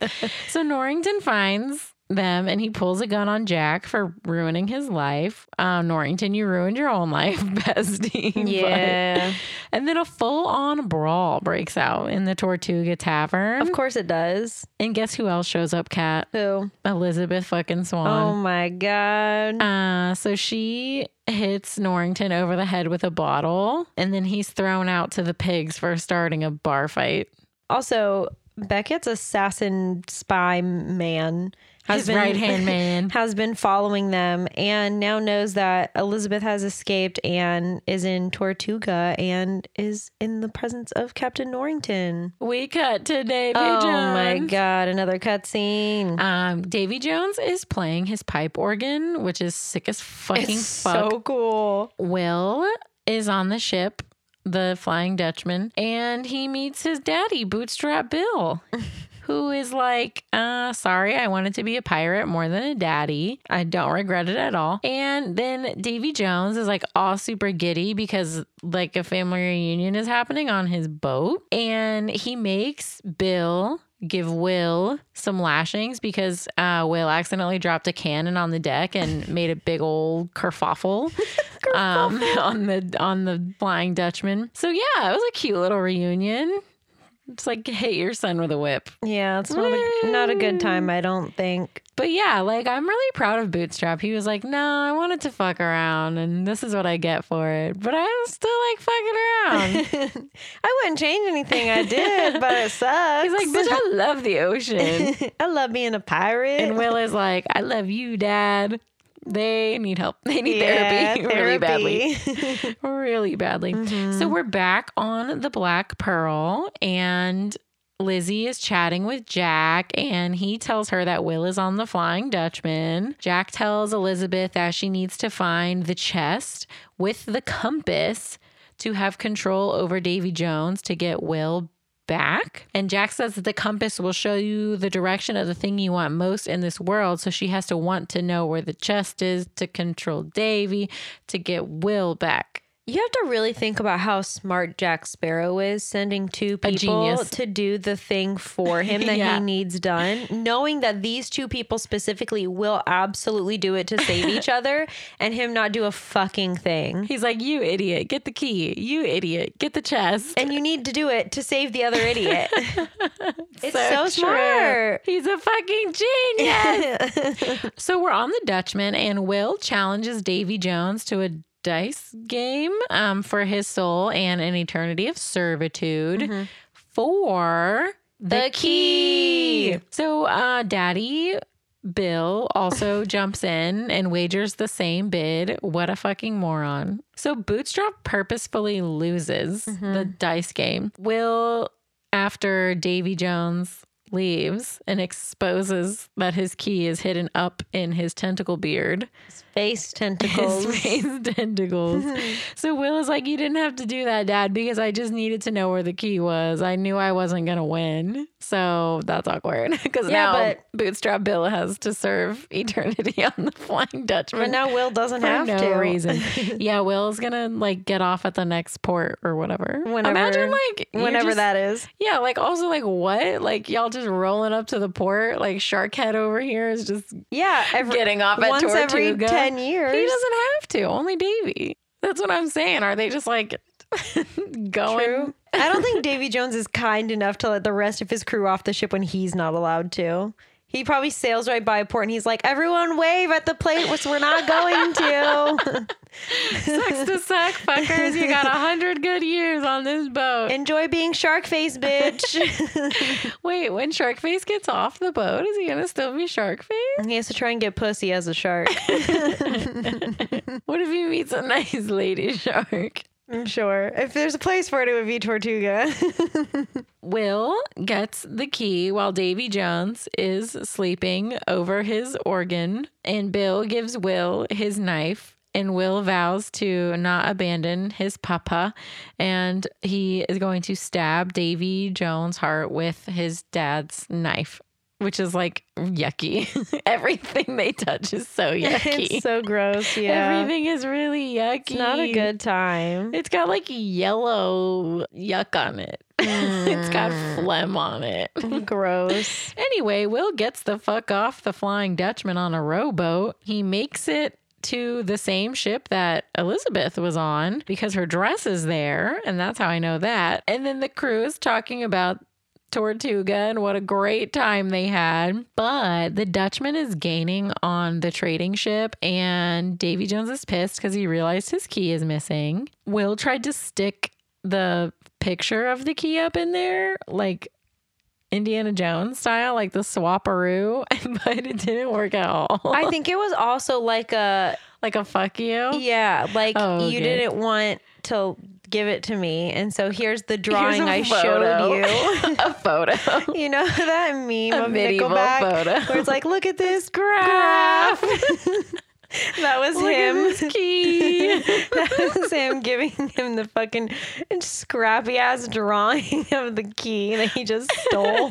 Speaker 1: so Norrington finds them and he pulls a gun on Jack for ruining his life. Uh, Norrington, you ruined your own life, <laughs> bestie. but-
Speaker 2: Mm-hmm. yeah.
Speaker 1: and then a full on brawl breaks out in the Tortuga Tavern.
Speaker 2: Of course it does.
Speaker 1: And guess who else shows up, Kat?
Speaker 2: Mm-hmm. Who?
Speaker 1: Elizabeth fucking
Speaker 2: Oh
Speaker 1: Swan.
Speaker 2: my God.
Speaker 1: Uh, so she hits Norrington over the head with a bottle, and then he's thrown out to the pigs for starting a bar fight.
Speaker 2: also, Beckett's assassin spy man has
Speaker 1: His
Speaker 2: been-
Speaker 1: right
Speaker 2: <laughs>
Speaker 1: hand man.
Speaker 2: Has been following them and now knows that Elizabeth has escaped and is in Tortuga and is in the presence of Captain Norrington.
Speaker 1: We cut to Davy Jones.
Speaker 2: Oh my god, another cutscene.
Speaker 1: Um, Davy Jones is playing his pipe organ, which is sick as fucking fuck.
Speaker 2: so cool.
Speaker 1: Will is on the ship, the Flying Dutchman, and he meets his daddy, Bootstrap Bill, who is like, uh, sorry, I wanted to be a pirate more than a daddy. I don't regret it at all. And then Davy Jones is like all super giddy because like a family reunion is happening on his boat, and he makes Bill. Give Will some lashings because uh, Will accidentally dropped a cannon on the deck and made a big old kerfuffle um, on the on the Flying Dutchman. So yeah, it was a cute little reunion. It's like hit your son with a whip.
Speaker 2: Yeah, it's not a, not a good time, I don't
Speaker 1: <laughs>
Speaker 2: think.
Speaker 1: But yeah, like I'm really proud of Bootstrap. He was like, "No, I wanted to fuck around, and this is what I get for it." But I'm still like fucking
Speaker 2: <laughs>
Speaker 1: around.
Speaker 2: Um, I wouldn't change anything I did, but it sucks.
Speaker 1: He's like, "Bitch, I love the ocean."
Speaker 2: <laughs> I love being a pirate.
Speaker 1: And Will is like, "I love you, Dad." They need help. <laughs> They need
Speaker 2: Yeah,
Speaker 1: therapy <laughs> really badly.
Speaker 2: <laughs>
Speaker 1: Mm-hmm.
Speaker 2: therapy.
Speaker 1: really badly.
Speaker 2: Mm-hmm.
Speaker 1: So we're back on the Black Pearl, and Lizzie is chatting with Jack, and he tells her that Will is on the Flying Dutchman. Jack tells Elizabeth that she needs to find the chest with the compass to have control over Davy Jones to get Will back. And Jack says that the compass will show you the direction of the thing you want most in this world. So she has to want to know where the chest is to control Davy to get Will back.
Speaker 2: You have to really think about how smart Jack Sparrow is sending two people
Speaker 1: genius.
Speaker 2: to do the thing for him
Speaker 1: <laughs>
Speaker 2: that
Speaker 1: Yeah.
Speaker 2: he needs done, knowing that these two people specifically will absolutely do it to
Speaker 1: <laughs>
Speaker 2: save each other and him not do a fucking thing.
Speaker 1: He's like, You idiot, get the key. You idiot, get the chest.
Speaker 2: And you need to do it to save the other
Speaker 1: <laughs>
Speaker 2: idiot. it's so,
Speaker 1: true.
Speaker 2: smart.
Speaker 1: He's a fucking genius. <laughs>
Speaker 2: <laughs>
Speaker 1: So we're on the Dutchman, and Will challenges Davy Jones to a dice game um, for his soul and an eternity of servitude for the,
Speaker 2: The key.
Speaker 1: So, uh, Daddy Bill also jumps in and wagers the same bid. What a fucking moron. So, Bootstrap purposefully loses the dice game. Will, after Davy Jones leaves and exposes that his key is hidden up in his tentacle beard,
Speaker 2: Space
Speaker 1: his
Speaker 2: tentacles.
Speaker 1: face <laughs> tentacles.
Speaker 2: <laughs>
Speaker 1: so, Will is like, You didn't have to do that, Dad, because I just needed to know where the key was. I knew I wasn't going to win. So, that's awkward <laughs> because now
Speaker 2: Yeah, but-
Speaker 1: Bootstrap Bill has to serve <laughs> eternity on the Flying Dutchman.
Speaker 2: But now Will doesn't
Speaker 1: <laughs> for
Speaker 2: have
Speaker 1: no
Speaker 2: to. <laughs>
Speaker 1: reason. yeah, Will's gonna like get off at the next port or whatever.
Speaker 2: Whenever-
Speaker 1: Imagine like you're
Speaker 2: Whenever
Speaker 1: just-
Speaker 2: that is.
Speaker 1: Yeah, like also like what? Like y'all just rolling up to the port. Like Sharkhead over here is just
Speaker 2: Yeah. Every,
Speaker 1: getting off at
Speaker 2: once
Speaker 1: Tortuga.
Speaker 2: every 10 years.
Speaker 1: He doesn't have to. Only Davy. That's what I'm saying. Are they just like <laughs> going? <laughs>
Speaker 2: True. I don't think Davy Jones is kind enough to let the rest of his crew off the ship when he's not allowed to. He probably sails right by a port and he's like, everyone wave at the plate, which we're not going
Speaker 1: <laughs>
Speaker 2: to.
Speaker 1: Sucks to suck, fuckers. You got a hundred good years on this boat.
Speaker 2: Enjoy being shark
Speaker 1: <laughs>
Speaker 2: face, bitch.
Speaker 1: Wait, when Sharkface gets off the boat, is he gonna still be Sharkface?
Speaker 2: he has to try and get pussy as
Speaker 1: <laughs>
Speaker 2: a shark.
Speaker 1: What if he meets a nice lady shark?
Speaker 2: I'm sure. If there's a place for it, it would be Tortuga. <laughs>
Speaker 1: Will gets the key while Davy Jones is sleeping over his organ, and Bill gives Will his knife. And Will vows to not abandon his papa, and he is going to stab Davy Jones' heart with his dad's knife, which is like yucky. <laughs> Everything they touch is so yucky.
Speaker 2: <laughs> it's so gross. Yeah.
Speaker 1: Everything is really yucky.
Speaker 2: It's not a good time.
Speaker 1: It's got like yellow yuck on it. <laughs> it's got phlegm on it.
Speaker 2: <laughs> gross.
Speaker 1: Anyway, Will gets the fuck off the Flying Dutchman on a rowboat. He makes it to the same ship that Elizabeth was on because her dress is there, and that's how I know that. And then the crew is talking about Tortuga and what a great time they had. But the Dutchman is gaining on the trading ship, and Davy Jones is pissed because he realized his key is missing. Will tried to stick the picture of the key up in there, like Indiana Jones style, like the swaparoo, <laughs> but it didn't work at all.
Speaker 2: I think it was also like a
Speaker 1: <laughs> like a fuck
Speaker 2: <laughs>
Speaker 1: you.
Speaker 2: Yeah, like
Speaker 1: Oh,
Speaker 2: you
Speaker 1: okay.
Speaker 2: didn't want to give it to me, and so here's
Speaker 1: <laughs>
Speaker 2: the
Speaker 1: Here's
Speaker 2: drawing
Speaker 1: a
Speaker 2: I
Speaker 1: photo.
Speaker 2: showed
Speaker 1: <laughs> a
Speaker 2: <laughs>
Speaker 1: photo.
Speaker 2: you. you know that meme
Speaker 1: A
Speaker 2: of
Speaker 1: medieval
Speaker 2: Nickelback
Speaker 1: photo.
Speaker 2: where it's like, look at this graph. that
Speaker 1: <laughs>
Speaker 2: was
Speaker 1: Look at
Speaker 2: him.
Speaker 1: this key.
Speaker 2: <laughs> that was him giving him the fucking scrappy ass drawing of the key that he just
Speaker 1: <laughs>
Speaker 2: stole.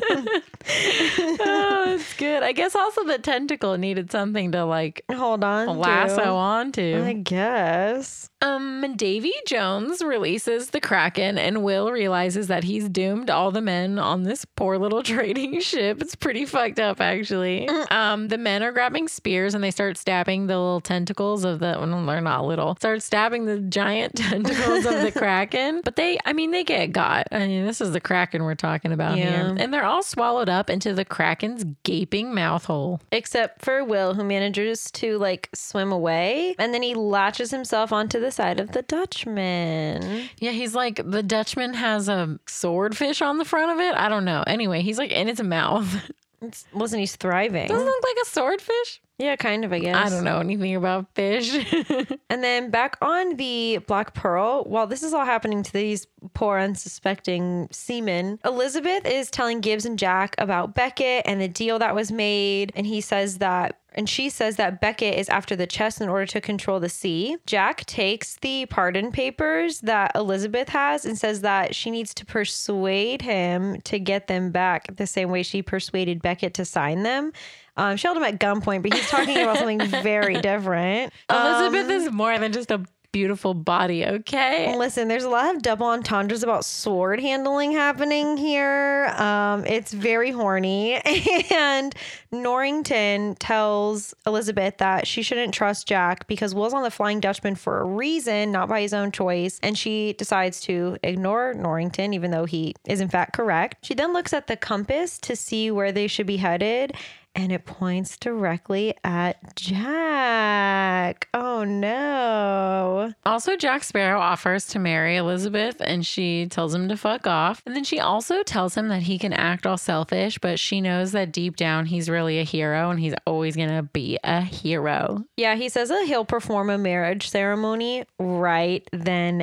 Speaker 1: oh, it's good. I guess also the tentacle needed something to like
Speaker 2: Hold on, to.
Speaker 1: lasso onto.
Speaker 2: I guess.
Speaker 1: Um, Davy Jones releases the Kraken, and Will realizes that he's doomed all the men on this poor little <laughs> trading ship. It's pretty fucked up, actually. Um, the men are grabbing spears and they start stabbing the little tentacles of the. Well, they're not little. Start stabbing the giant <laughs> tentacles of the Kraken. But they, I mean, they get got. I mean, this is the Kraken we're talking about
Speaker 2: Yeah.
Speaker 1: here, and they're all swallowed up into the Kraken's gaping mouth hole.
Speaker 2: except for Will, who manages to like swim away, and then he latches himself onto the side of the Dutchman.
Speaker 1: Yeah, he's like the Dutchman has a swordfish on the front of it. I don't know. Anyway, he's like in its mouth. <laughs>
Speaker 2: It's, wasn't he thriving?
Speaker 1: Doesn't it look like a swordfish.
Speaker 2: Yeah, kind of, I guess.
Speaker 1: I don't know anything about fish. <laughs>
Speaker 2: And then back on the Black Pearl, while this is all happening to these poor, unsuspecting seamen, Elizabeth is telling Gibbs and Jack about Beckett and the deal that was made. And he says that And she says that Beckett is after the chest in order to control the sea. Jack takes the pardon papers that Elizabeth has and says that she needs to persuade him to get them back the same way she persuaded Beckett to sign them. Um, she held him at gunpoint, but he's talking about something very different.
Speaker 1: Elizabeth is more than just a beautiful body, okay?
Speaker 2: Listen, there's a lot of double entendres about sword handling happening here. Um, it's very horny. <laughs> And Norrington tells Elizabeth that she shouldn't trust Jack because Will's on the Flying Dutchman for a reason, not by his own choice. And she decides to ignore Norrington, even though he is in fact correct. She then looks at the compass to see where they should be headed. And it points directly at Jack. Oh no.
Speaker 1: Also, Jack Sparrow offers to marry Elizabeth and she tells him to fuck off. And then she also tells him that he can act all selfish, but she knows that deep down he's really a hero and he's always going to be a hero.
Speaker 2: Yeah, he says that he'll perform a marriage ceremony right then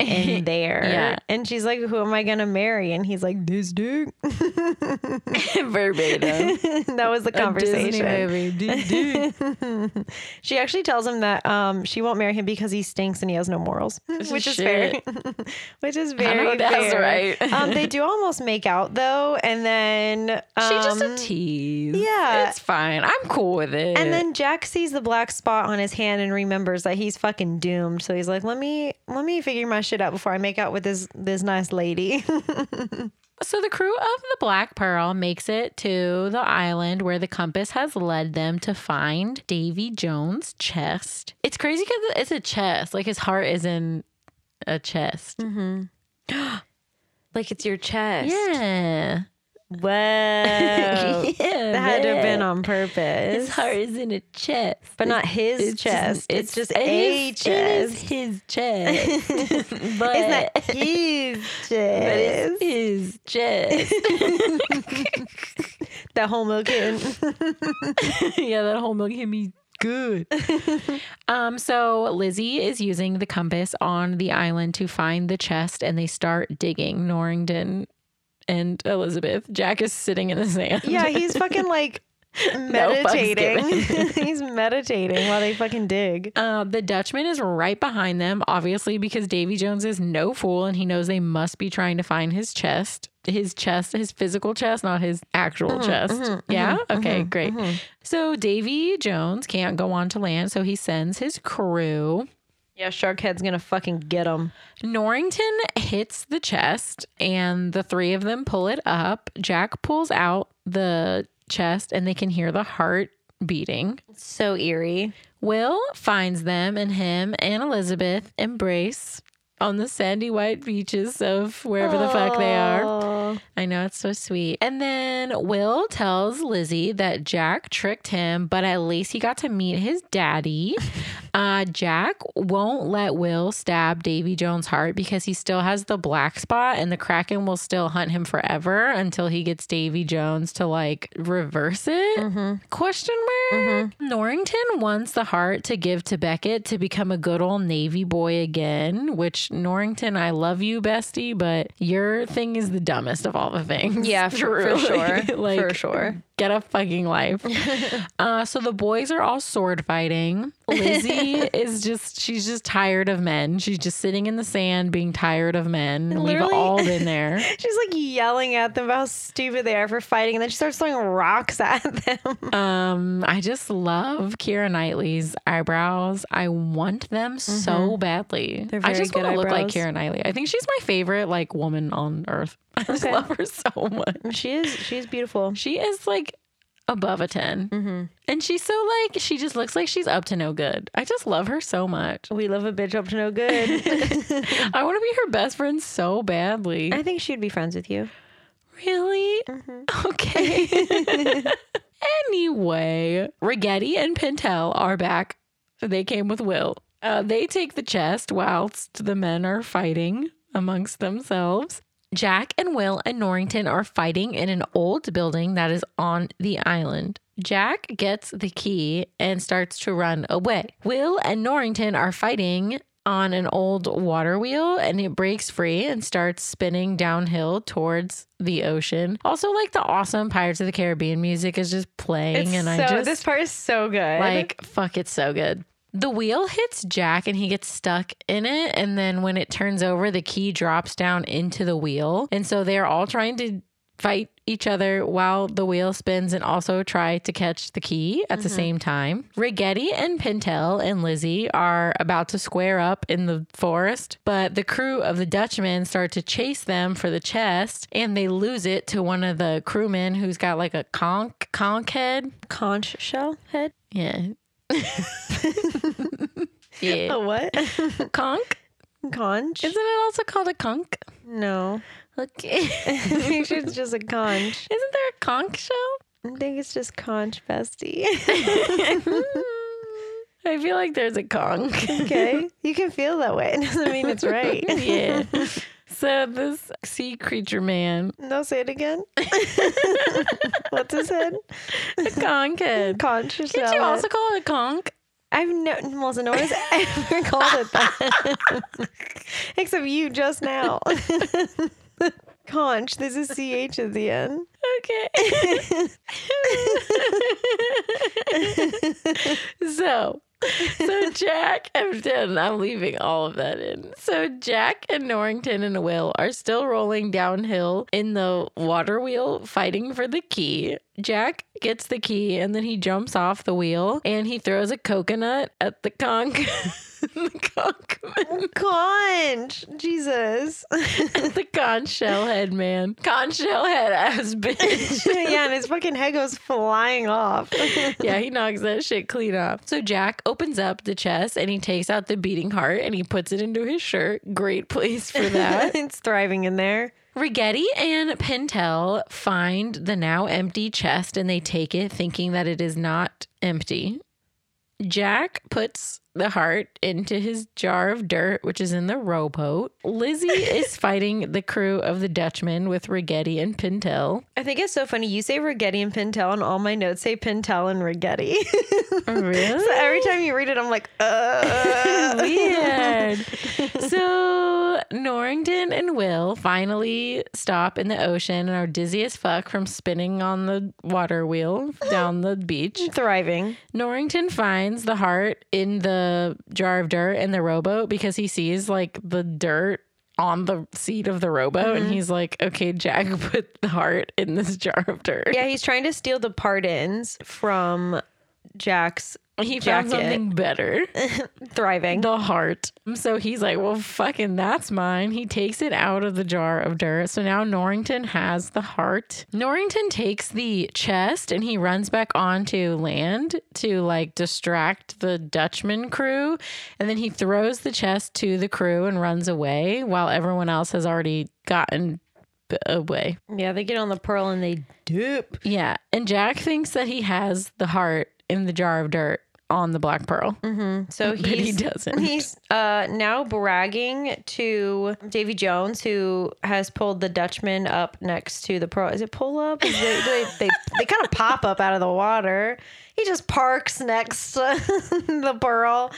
Speaker 1: <laughs>
Speaker 2: and there.
Speaker 1: Yeah.
Speaker 2: And she's like, Who am I going to marry? And he's like, This dude. <laughs>
Speaker 1: <laughs> Verbatim.
Speaker 2: that was the conversation. She actually tells him that um, she won't marry him because he stinks and he has no morals, which is fair. <laughs>
Speaker 1: shit. <laughs>
Speaker 2: which is very
Speaker 1: that's
Speaker 2: fair.
Speaker 1: right.
Speaker 2: um,
Speaker 1: <laughs>
Speaker 2: they do almost make out though. And then. Um,
Speaker 1: She just a tease.
Speaker 2: yeah.
Speaker 1: It's fine. I'm cool with it.
Speaker 2: And then Jack sees the black spot on his hand and remembers that he's fucking doomed. So he's like, "Let me let me figure my shit out before I make out with this this nice lady." <laughs>
Speaker 1: So the crew of the Black Pearl makes it to the island where the compass has led them to find Davy Jones' chest. It's crazy because it's a chest. Like his heart is in a chest. <gasps>
Speaker 2: like it's your chest.
Speaker 1: Yeah.
Speaker 2: Whoa. <laughs> that
Speaker 1: <laughs> yeah.
Speaker 2: had to have been
Speaker 1: man.
Speaker 2: on purpose.
Speaker 1: His heart is in a chest.
Speaker 2: But not his
Speaker 1: It's
Speaker 2: chest. it's, just
Speaker 1: it
Speaker 2: a
Speaker 1: is-
Speaker 2: chest. <laughs>
Speaker 1: It is his chest. <laughs> but
Speaker 2: It's not his
Speaker 1: but
Speaker 2: chest. <laughs>
Speaker 1: it's his chest.
Speaker 2: The homo kid. <laughs>
Speaker 1: <laughs> yeah, that whole milk hit me good. um, so Lizzie is using the compass on the island to find the chest, and they start digging. Norrington and Elizabeth. Jack is sitting in the sand.
Speaker 2: <laughs> yeah, he's fucking like
Speaker 1: fucks
Speaker 2: meditating. <laughs> he's meditating while they fucking dig.
Speaker 1: <laughs> Uh, the Dutchman is right behind them, obviously, because Davy Jones is no fool and he knows they must be trying to find his chest. His chest, his physical chest, not his actual chest. yeah? okay, great. So Davy Jones can't go on to land, so he sends his crew.
Speaker 2: Yeah, Sharkhead's gonna fucking get him.
Speaker 1: Norrington hits the chest and the three of them pull it up. Jack pulls out the chest and they can hear the heart beating.
Speaker 2: So eerie.
Speaker 1: Will finds them and him and Elizabeth embrace on the sandy white beaches of wherever the fuck they are.
Speaker 2: Oh.
Speaker 1: I know it's so sweet. And then Will tells Lizzie that Jack tricked him, but at least he got to meet his daddy. <laughs> Uh, Jack won't let Will stab Davy Jones' heart because he still has the black spot, and the Kraken will still hunt him forever until he gets Davy Jones to like reverse it.
Speaker 2: Mm-hmm.
Speaker 1: Question mark. Norrington wants the heart to give to Beckett to become a good old Navy boy again. Which Norrington, I love you, bestie, but your thing is the dumbest of all the things. <laughs>
Speaker 2: Yeah, for, for
Speaker 1: Truly.
Speaker 2: sure. <laughs>
Speaker 1: like,
Speaker 2: for sure.
Speaker 1: Get a fucking
Speaker 2: <laughs>
Speaker 1: life. uh, so the boys are all sword fighting.
Speaker 2: <laughs>
Speaker 1: Lizzie is just, she's just tired of men. She's just sitting in the sand being tired of men. We've
Speaker 2: Literally.
Speaker 1: all been there.
Speaker 2: <laughs> She's like yelling at them about how stupid they are for fighting, and then she starts throwing rocks at them.
Speaker 1: Um, I just love Kira Knightley's eyebrows. I want them so badly.
Speaker 2: Mm-hmm. They're
Speaker 1: I
Speaker 2: very
Speaker 1: just
Speaker 2: good
Speaker 1: wanna look like
Speaker 2: eyebrows.
Speaker 1: Kira Knightley. I think she's my favorite like woman on earth. <laughs> I just
Speaker 2: Okay.
Speaker 1: love her so much.
Speaker 2: <laughs> She is. She's beautiful.
Speaker 1: She is like above a 10.
Speaker 2: Mm-hmm.
Speaker 1: And she's so like she just looks like she's up to no good. I just love her so much.
Speaker 2: We love a bitch up to no good.
Speaker 1: I want to be her best friend so badly.
Speaker 2: <laughs> I think she'd be friends with you.
Speaker 1: Really?
Speaker 2: Mm-hmm. <laughs>
Speaker 1: Okay. anyway, Rigetti and Pintel are back. They came with Will. Uh, they take the chest whilst the men are fighting amongst themselves. Jack and Will and Norrington are fighting in an old building that is on the island. Jack gets the key and starts to run away. Will and Norrington are fighting on an old water wheel and it breaks free and starts spinning downhill towards the ocean. Also, like the awesome Pirates of the Caribbean music is just playing, and
Speaker 2: It's so,
Speaker 1: I just
Speaker 2: this part is so good.
Speaker 1: like, fuck, it's so good. The wheel hits Jack and he gets stuck in it. And then when it turns over, the key drops down into the wheel. And so they're all trying to fight each other while the wheel spins and also try to catch the key at the same time. Rigetti and Pintel and Lizzie are about to square up in the forest, but the crew of the Dutchman start to chase them for the chest and they lose it to one of the crewmen who's got like a conch conch head.
Speaker 2: conch shell <laughs> head.
Speaker 1: Yeah. yeah.
Speaker 2: A what? <laughs>
Speaker 1: conch?
Speaker 2: conch?
Speaker 1: Isn't it also called a conch?
Speaker 2: <laughs> no.
Speaker 1: Okay. <laughs> Isn't
Speaker 2: Make sure it's just a conch.
Speaker 1: there a conch <laughs> shell?
Speaker 2: I think it's just conch, <laughs> bestie.
Speaker 1: I feel like there's a conch.
Speaker 2: okay. You can feel that way. <laughs> It doesn't mean it's <laughs> right.
Speaker 1: <laughs> yeah. So this sea creature man,
Speaker 2: No, say it <laughs> again. What's his head?
Speaker 1: a conch <laughs> head.
Speaker 2: Conch or
Speaker 1: Did
Speaker 2: shell
Speaker 1: you
Speaker 2: head.
Speaker 1: also call it a conch?
Speaker 2: I've no, Melissa, no one has <laughs> ever called it that. <laughs> Except you just now. <laughs> Conch. There's a CH at the end.
Speaker 1: Okay. so, so Jack, I'm done. I'm leaving all of that in. So Jack and Norrington and Will are still rolling downhill in the water wheel, fighting for the key. Jack gets the key and then he jumps off the wheel and he throws a coconut at the conch. <laughs> the conch
Speaker 2: <laughs>
Speaker 1: <laughs>
Speaker 2: Conch. Jesus. <laughs>
Speaker 1: the conch shell head man conch shell head ass <laughs> bitch
Speaker 2: yeah, and his fucking head goes flying off.
Speaker 1: yeah, he knocks that shit clean off. So Jack opens up the chest and he takes out the beating heart and he puts it into his shirt. Great place for that.
Speaker 2: <laughs> it's thriving in there.
Speaker 1: Rigetti and Pentel find the now empty chest and they take it thinking that it is not empty. Jack puts the heart into his jar of dirt, which is in the rowboat. Lizzie
Speaker 2: <laughs>
Speaker 1: is fighting the crew of the Dutchman with Rigetti and Pentel.
Speaker 2: I think it's so funny. You say Rigetti and Pintel, and all my notes say Pintel and Rigetti. <laughs>
Speaker 1: Really?
Speaker 2: <laughs> so <laughs> every time you read it, I'm like, <laughs> uh.
Speaker 1: Weird. so Norrington and Will finally stop in the ocean and are dizzy as fuck from spinning on the water wheel down the beach.
Speaker 2: thriving.
Speaker 1: Norrington finds the heart in the jar of dirt in the rowboat because he sees like the dirt on the seat of the rowboat and he's like, okay, Jack <laughs> put the heart in this jar of dirt.
Speaker 2: Yeah, he's trying to steal the pardons from Jack's
Speaker 1: He found
Speaker 2: Jacket.
Speaker 1: something better.
Speaker 2: thriving.
Speaker 1: the heart. So he's like, well, fucking, that's mine. He takes it out of the jar of dirt. So now Norrington has the heart. Norrington takes the chest and he runs back onto land to like distract the Dutchman crew. And then he throws the chest to the crew and runs away while everyone else has already gotten b- away.
Speaker 2: Yeah, they get on the pearl and they dip.
Speaker 1: Yeah. And Jack thinks that he has the heart in the jar of dirt on the Black Pearl,
Speaker 2: Mm, <laughs> So
Speaker 1: but he
Speaker 2: he's
Speaker 1: doesn't.
Speaker 2: he's uh, now bragging to Davy Jones, who has pulled the Dutchman up next to the pro. Is it pull up? Is they, they, they, they kind of pop up out of the water. He just parks next to <laughs> the pearl.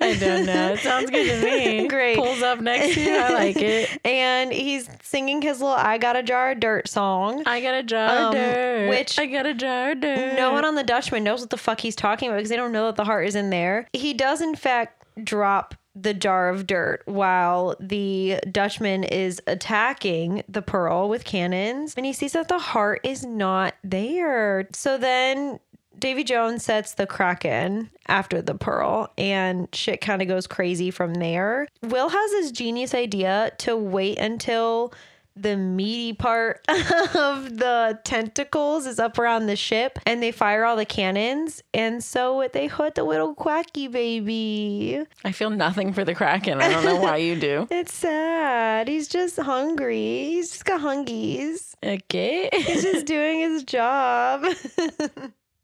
Speaker 1: I don't know. It sounds good to <laughs> me.
Speaker 2: Great.
Speaker 1: Pulls up next to you. I like it.
Speaker 2: <laughs> And he's singing his little I Got a Jar of Dirt song.
Speaker 1: <laughs> I got a jar of
Speaker 2: Um,
Speaker 1: dirt.
Speaker 2: which-
Speaker 1: I got a jar of dirt.
Speaker 2: No one on the Dutchman knows what the fuck he's talking about because they don't know that the heart is in there. He does, in fact, drop the jar of dirt while the Dutchman is attacking the pearl with cannons, and he sees that the heart is not there. So then. Davy Jones sets the Kraken after the Pearl, and shit kind of goes crazy from there. Will has this genius idea to wait until the meaty part <laughs> of the tentacles is up around the ship and they fire all the cannons and so they hurt the little quacky baby
Speaker 1: I feel nothing for the Kraken. I don't know why you do.
Speaker 2: it's sad he's just hungry he's just got hungies
Speaker 1: <laughs> <laughs> Okay.
Speaker 2: he's just doing his job <laughs>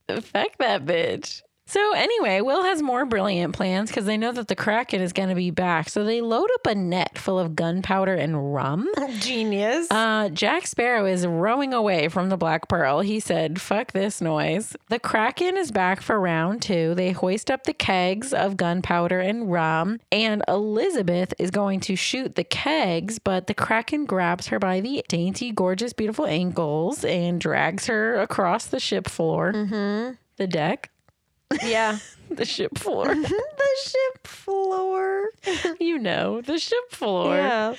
Speaker 1: Fuck that bitch. So anyway, Will has more brilliant plans because they know that the Kraken is going to be back. So they load up a net full of gunpowder and rum.
Speaker 2: Genius.
Speaker 1: Uh, Jack Sparrow is rowing away from the Black Pearl. He said, fuck this noise. The Kraken is back for round two. They hoist up the kegs of gunpowder and rum, and Elizabeth is going to shoot the kegs, but the Kraken grabs her by the dainty, gorgeous, beautiful ankles and drags her across the ship floor, the deck,
Speaker 2: Mm-hmm. yeah.
Speaker 1: the ship floor.
Speaker 2: the ship floor.
Speaker 1: you know, the ship floor.
Speaker 2: Yeah.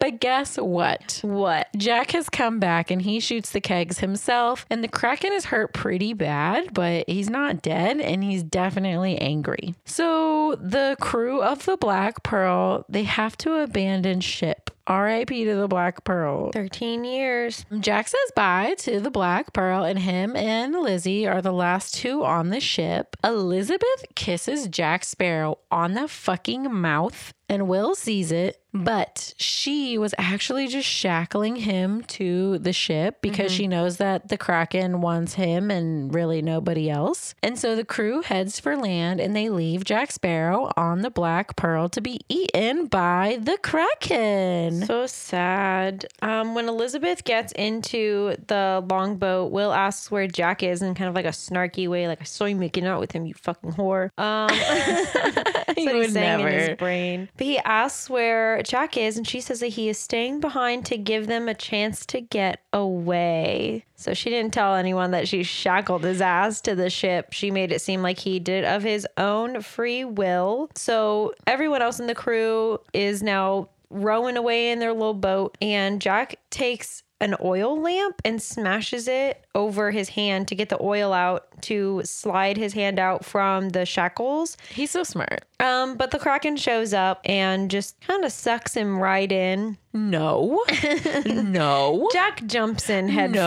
Speaker 1: But guess what?
Speaker 2: What?
Speaker 1: Jack has come back and he shoots the kegs himself. And the Kraken is hurt pretty bad, but he's not dead and he's definitely angry. So the crew of the Black Pearl, they have to abandon ship. RIP to the Black Pearl.
Speaker 2: 13 years.
Speaker 1: Jack says bye to the Black Pearl, and him and Lizzie are the last two on the ship. Elizabeth kisses Jack Sparrow on the fucking mouth, and Will sees it, but she was actually just shackling him to the ship because she knows that the Kraken wants him and really nobody else. And so the crew heads for land and they leave Jack Sparrow on the Black Pearl to be eaten by the <laughs> Kraken.
Speaker 2: So sad. Um, when Elizabeth gets into the longboat, Will asks where Jack is in kind of like a snarky way, like I saw you making out with him, you fucking whore. Um, <laughs> that's
Speaker 1: He
Speaker 2: what
Speaker 1: would
Speaker 2: he's saying in
Speaker 1: never.
Speaker 2: his brain. But he asks where Jack is, and she says that he is staying behind to give them a chance to get away. So she didn't tell anyone that she shackled his ass to the ship. She made it seem like he did it of his own free will. So everyone else in the crew is now rowing away in their little boat, and Jack takes an oil lamp and smashes it over his hand to get the oil out to slide his hand out from the shackles
Speaker 1: He's so smart.
Speaker 2: um, but the Kraken shows up and just kind of sucks him right in.
Speaker 1: No.
Speaker 2: <laughs>
Speaker 1: no.
Speaker 2: Jack jumps in head
Speaker 1: no.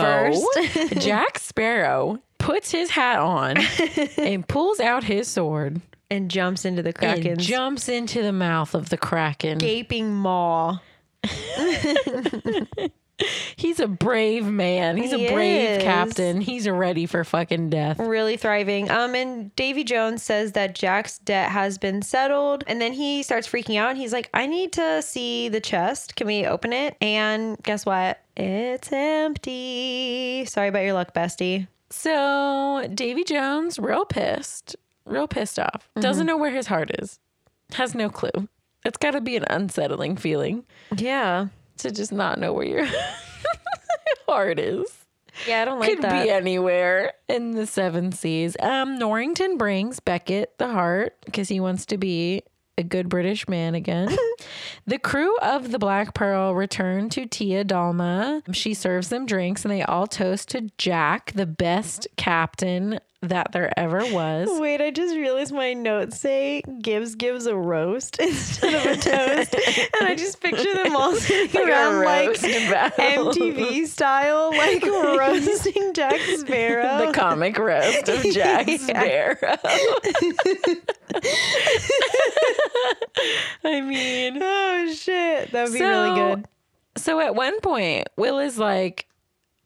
Speaker 1: <laughs>
Speaker 2: first.
Speaker 1: Jack Sparrow puts his hat
Speaker 2: <laughs>
Speaker 1: on and pulls out his sword
Speaker 2: and jumps into the
Speaker 1: and
Speaker 2: Kraken's
Speaker 1: jumps into the mouth of the Kraken.
Speaker 2: gaping maw.
Speaker 1: He's a brave man. He's
Speaker 2: He
Speaker 1: a brave
Speaker 2: is.
Speaker 1: captain. He's ready for fucking death.
Speaker 2: Really thriving. Um, and Davy Jones says that Jack's debt has been settled, and then he starts freaking out. And he's like, "I need to see the chest. Can we open it?" And guess what? It's empty. Sorry about your luck, bestie.
Speaker 1: So Davy Jones, real pissed, real pissed off.
Speaker 2: Mm-hmm.
Speaker 1: Doesn't know where his heart is. Has no clue. It's got to be an unsettling feeling
Speaker 2: Yeah.
Speaker 1: to just not know where your <laughs> heart is.
Speaker 2: Yeah, I don't like
Speaker 1: could
Speaker 2: that.
Speaker 1: be anywhere in the seven seas. Um, Norrington brings Beckett the heart because he wants to be a good British man <laughs> again. the crew of the Black Pearl return to Tia Dalma. She serves them drinks and they all toast to Jack, the best captain that there ever was.
Speaker 2: <laughs> Wait, I just realized my notes say Gibbs gives a roast <laughs> instead of a toast. and I just picture them all sitting
Speaker 1: <laughs> Like a
Speaker 2: around like
Speaker 1: roast battle. <laughs>
Speaker 2: MTV style, like roasting Jack Sparrow.
Speaker 1: The comic roast <laughs> of Jack Sparrow. <laughs> I mean,
Speaker 2: oh shit. That would be
Speaker 1: So-
Speaker 2: really good.
Speaker 1: So at one point, Will is like,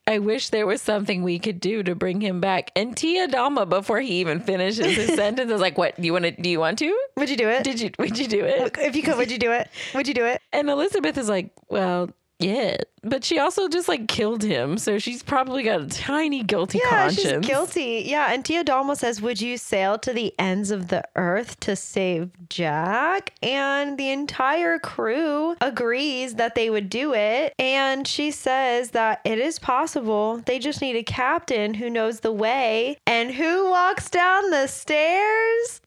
Speaker 1: I wish there was something we could do to bring him back. And Tia Dama, before he even finishes
Speaker 2: <laughs>
Speaker 1: his sentence, is like, What do you want to do you want to?
Speaker 2: Would you do it?
Speaker 1: Did you would you do it?
Speaker 2: if you could, would you do it? Would you do it?
Speaker 1: And Elizabeth is like, Well, yeah. But she also just like killed him, so she's probably got a tiny guilty
Speaker 2: Yeah,
Speaker 1: conscience.
Speaker 2: she's guilty. Yeah, and Tia Dalma says, "Would you sail to the ends of the earth to save Jack?" And the entire crew agrees that they would do it. And she says that it is possible. They just need a captain who knows the way. And who walks down the stairs?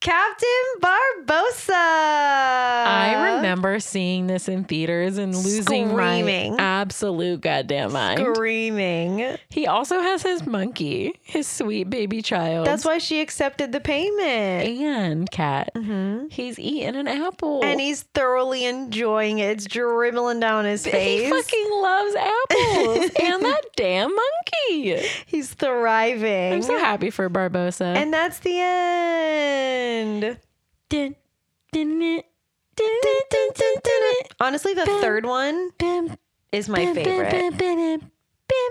Speaker 2: Captain Barbosa.
Speaker 1: I remember seeing this in theaters and losing
Speaker 2: Screaming.
Speaker 1: my absolute goddamn mind.
Speaker 2: Screaming.
Speaker 1: He also has his monkey, his sweet baby child.
Speaker 2: That's why she accepted the payment.
Speaker 1: and cat. He's eating an apple.
Speaker 2: and he's thoroughly enjoying it. It's dribbling down
Speaker 1: <laughs>
Speaker 2: his
Speaker 1: he
Speaker 2: face.
Speaker 1: fucking loves <laughs> apples and that damn monkey.
Speaker 2: he's
Speaker 1: I'm
Speaker 2: thriving.
Speaker 1: so happy for Barbosa.
Speaker 2: And that's the end.
Speaker 1: dun, dun, dun, dun, dun, dun, dun, dun,
Speaker 2: Honestly, the third one
Speaker 1: dun,
Speaker 2: is my
Speaker 1: bum, bum,
Speaker 2: favorite.
Speaker 1: bum, bum, bum, bum,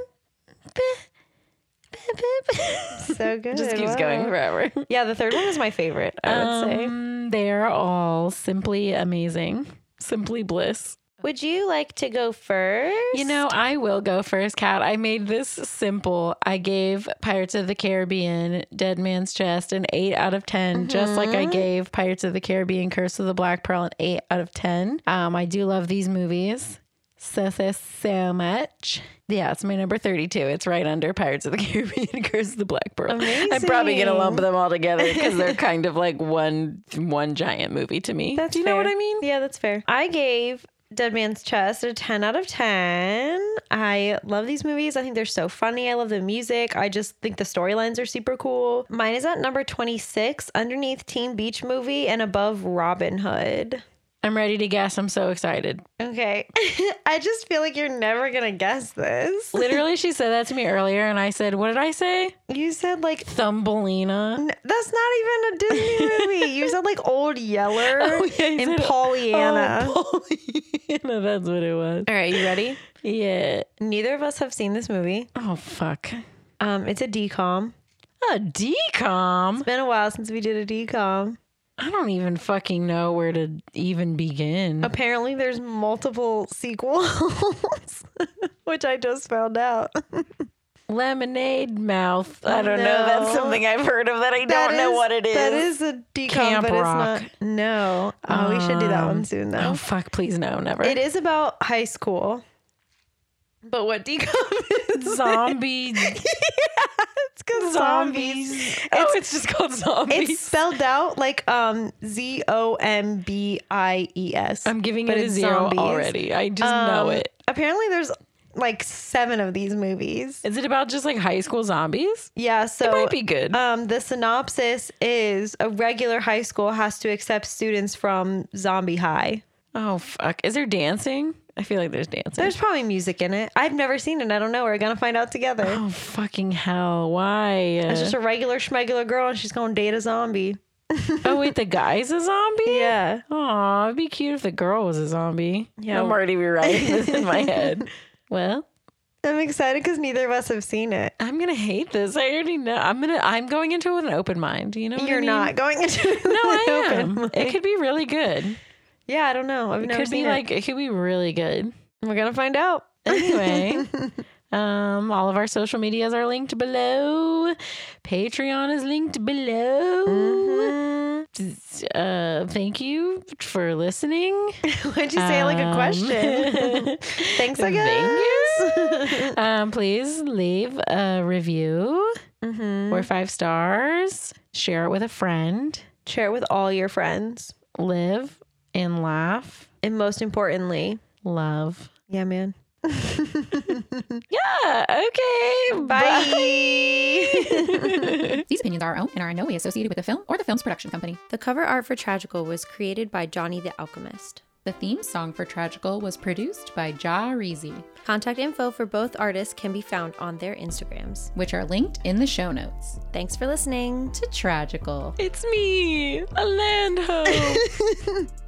Speaker 1: bum, bum,
Speaker 2: <laughs> so good.
Speaker 1: <laughs> Just keeps
Speaker 2: Wow.
Speaker 1: going forever.
Speaker 2: Yeah, the third one is my favorite, I would say.
Speaker 1: Um, They're all simply amazing, simply bliss.
Speaker 2: Would you like to go first?
Speaker 1: You know, I will go first, Kat. I made this simple. I gave Pirates of the Caribbean, Dead Man's Chest, an 8 out of 10, just like
Speaker 2: Mm-hmm.
Speaker 1: I gave Pirates of the Caribbean, Curse of the Black Pearl, an 8 out of 10. Um, I do love these movies so, so, so much. Yeah, it's my number 32. It's right under Pirates of the <laughs> Caribbean, Curse of the Black Pearl. I'm probably going to lump them all together because they're kind of like one one giant movie to me.
Speaker 2: That's
Speaker 1: do you know what
Speaker 2: fair.
Speaker 1: I mean?
Speaker 2: Yeah, that's fair. I gave Dead Man's Chest a 10 out of 10. I love these movies. I think they're so funny. I love the music. I just think the storylines are super cool. Mine is at number 26, underneath Teen Beach Movie and above Robin Hood.
Speaker 1: I'm ready to guess. I'm so excited.
Speaker 2: Okay. <laughs> I just feel like you're never going to guess this.
Speaker 1: Literally, she said that to me earlier, and I said, "What did I say?
Speaker 2: You said like
Speaker 1: Thumbelina."
Speaker 2: N- That's not even a <laughs> Disney movie. You said like Old Yeller
Speaker 1: Oh, yeah, you
Speaker 2: and
Speaker 1: said-
Speaker 2: Pollyanna.
Speaker 1: Oh, Pollyanna. <laughs> That's what it was.
Speaker 2: All right, you ready?
Speaker 1: Yeah.
Speaker 2: Neither of us have seen this movie.
Speaker 1: Oh fuck.
Speaker 2: Um, it's a decom.
Speaker 1: A decom.
Speaker 2: Been a while since we did a decom.
Speaker 1: I don't even fucking know where to even begin.
Speaker 2: Apparently, there's multiple sequels, <laughs> which I just found out.
Speaker 1: Lemonade mouth. I don't know.
Speaker 2: Oh, No.
Speaker 1: That's something I've heard of that I don't
Speaker 2: That
Speaker 1: know
Speaker 2: is-
Speaker 1: what it is.
Speaker 2: That is a decom,
Speaker 1: Camp
Speaker 2: but
Speaker 1: Rock.
Speaker 2: it's not. No. Oh, we should do that one
Speaker 1: Um,
Speaker 2: soon,
Speaker 1: Oh
Speaker 2: though.
Speaker 1: fuck! Please no, never.
Speaker 2: It is about high school. But what decom <laughs>
Speaker 1: <laughs>
Speaker 2: is? <laughs>
Speaker 1: zombie.
Speaker 2: It's called
Speaker 1: zombies. oh, it's just called zombies.
Speaker 2: It's spelled out like um Z O M B I E S.
Speaker 1: I'm giving
Speaker 2: but
Speaker 1: it a
Speaker 2: it's
Speaker 1: zero
Speaker 2: zombies.
Speaker 1: already. I just know
Speaker 2: Um,
Speaker 1: it.
Speaker 2: Apparently, there's like seven of these movies.
Speaker 1: Is it about just like high school zombies?
Speaker 2: Yeah, so
Speaker 1: It might be good.
Speaker 2: Um, the synopsis is a regular high school has to accept students from Zombie High.
Speaker 1: oh fuck! Is there dancing? I feel like there's dancing.
Speaker 2: There's probably music in it. I've never seen it. I don't know. We're gonna find out together.
Speaker 1: oh fucking hell! Why?
Speaker 2: It's just a regular schmegular girl, and she's gonna date a zombie.
Speaker 1: oh wait, the guy's a zombie.
Speaker 2: <laughs> Yeah.
Speaker 1: Aw, it'd be cute if the girl was a zombie.
Speaker 2: Yeah.
Speaker 1: I'm already rewriting this in my
Speaker 2: <laughs>
Speaker 1: head. Well,
Speaker 2: I'm excited because neither of us have seen it.
Speaker 1: I'm gonna hate this. I already know. I'm gonna. I'm going into it with an open mind. You know, what I
Speaker 2: You're
Speaker 1: mean?
Speaker 2: not going <laughs> into
Speaker 1: No, I am. It could be really good.
Speaker 2: Yeah, I don't know. I've
Speaker 1: It
Speaker 2: never
Speaker 1: could be
Speaker 2: seen it.
Speaker 1: like it could be really good.
Speaker 2: We're gonna find out. <laughs>
Speaker 1: Anyway, um, all of our social medias are linked below. Patreon is linked below. Uh, thank you for listening.
Speaker 2: <laughs> Why'd you say it like a
Speaker 1: Um,
Speaker 2: question? <laughs>
Speaker 1: Thank
Speaker 2: Thanks again.
Speaker 1: you.
Speaker 2: <laughs>
Speaker 1: um, please leave a review
Speaker 2: Mm-hmm.
Speaker 1: or five stars. Share it with a friend.
Speaker 2: Share it with all your friends,
Speaker 1: Live and laugh.
Speaker 2: and most importantly,
Speaker 1: Love.
Speaker 2: yeah, <laughs> man.
Speaker 1: Yeah. Okay.
Speaker 2: <laughs> Bye.
Speaker 3: <laughs> These opinions are our own and are in no way associated with the film or the film's production company.
Speaker 4: The cover art for Tragical was created by Johnny the Alchemist.
Speaker 3: The theme song for Tragical was produced by Ja Reezy,
Speaker 4: Contact info for both artists can be found on their Instagrams.
Speaker 3: which are linked in the show notes.
Speaker 4: Thanks for listening.
Speaker 3: To Tragical.
Speaker 1: It's me, Alando.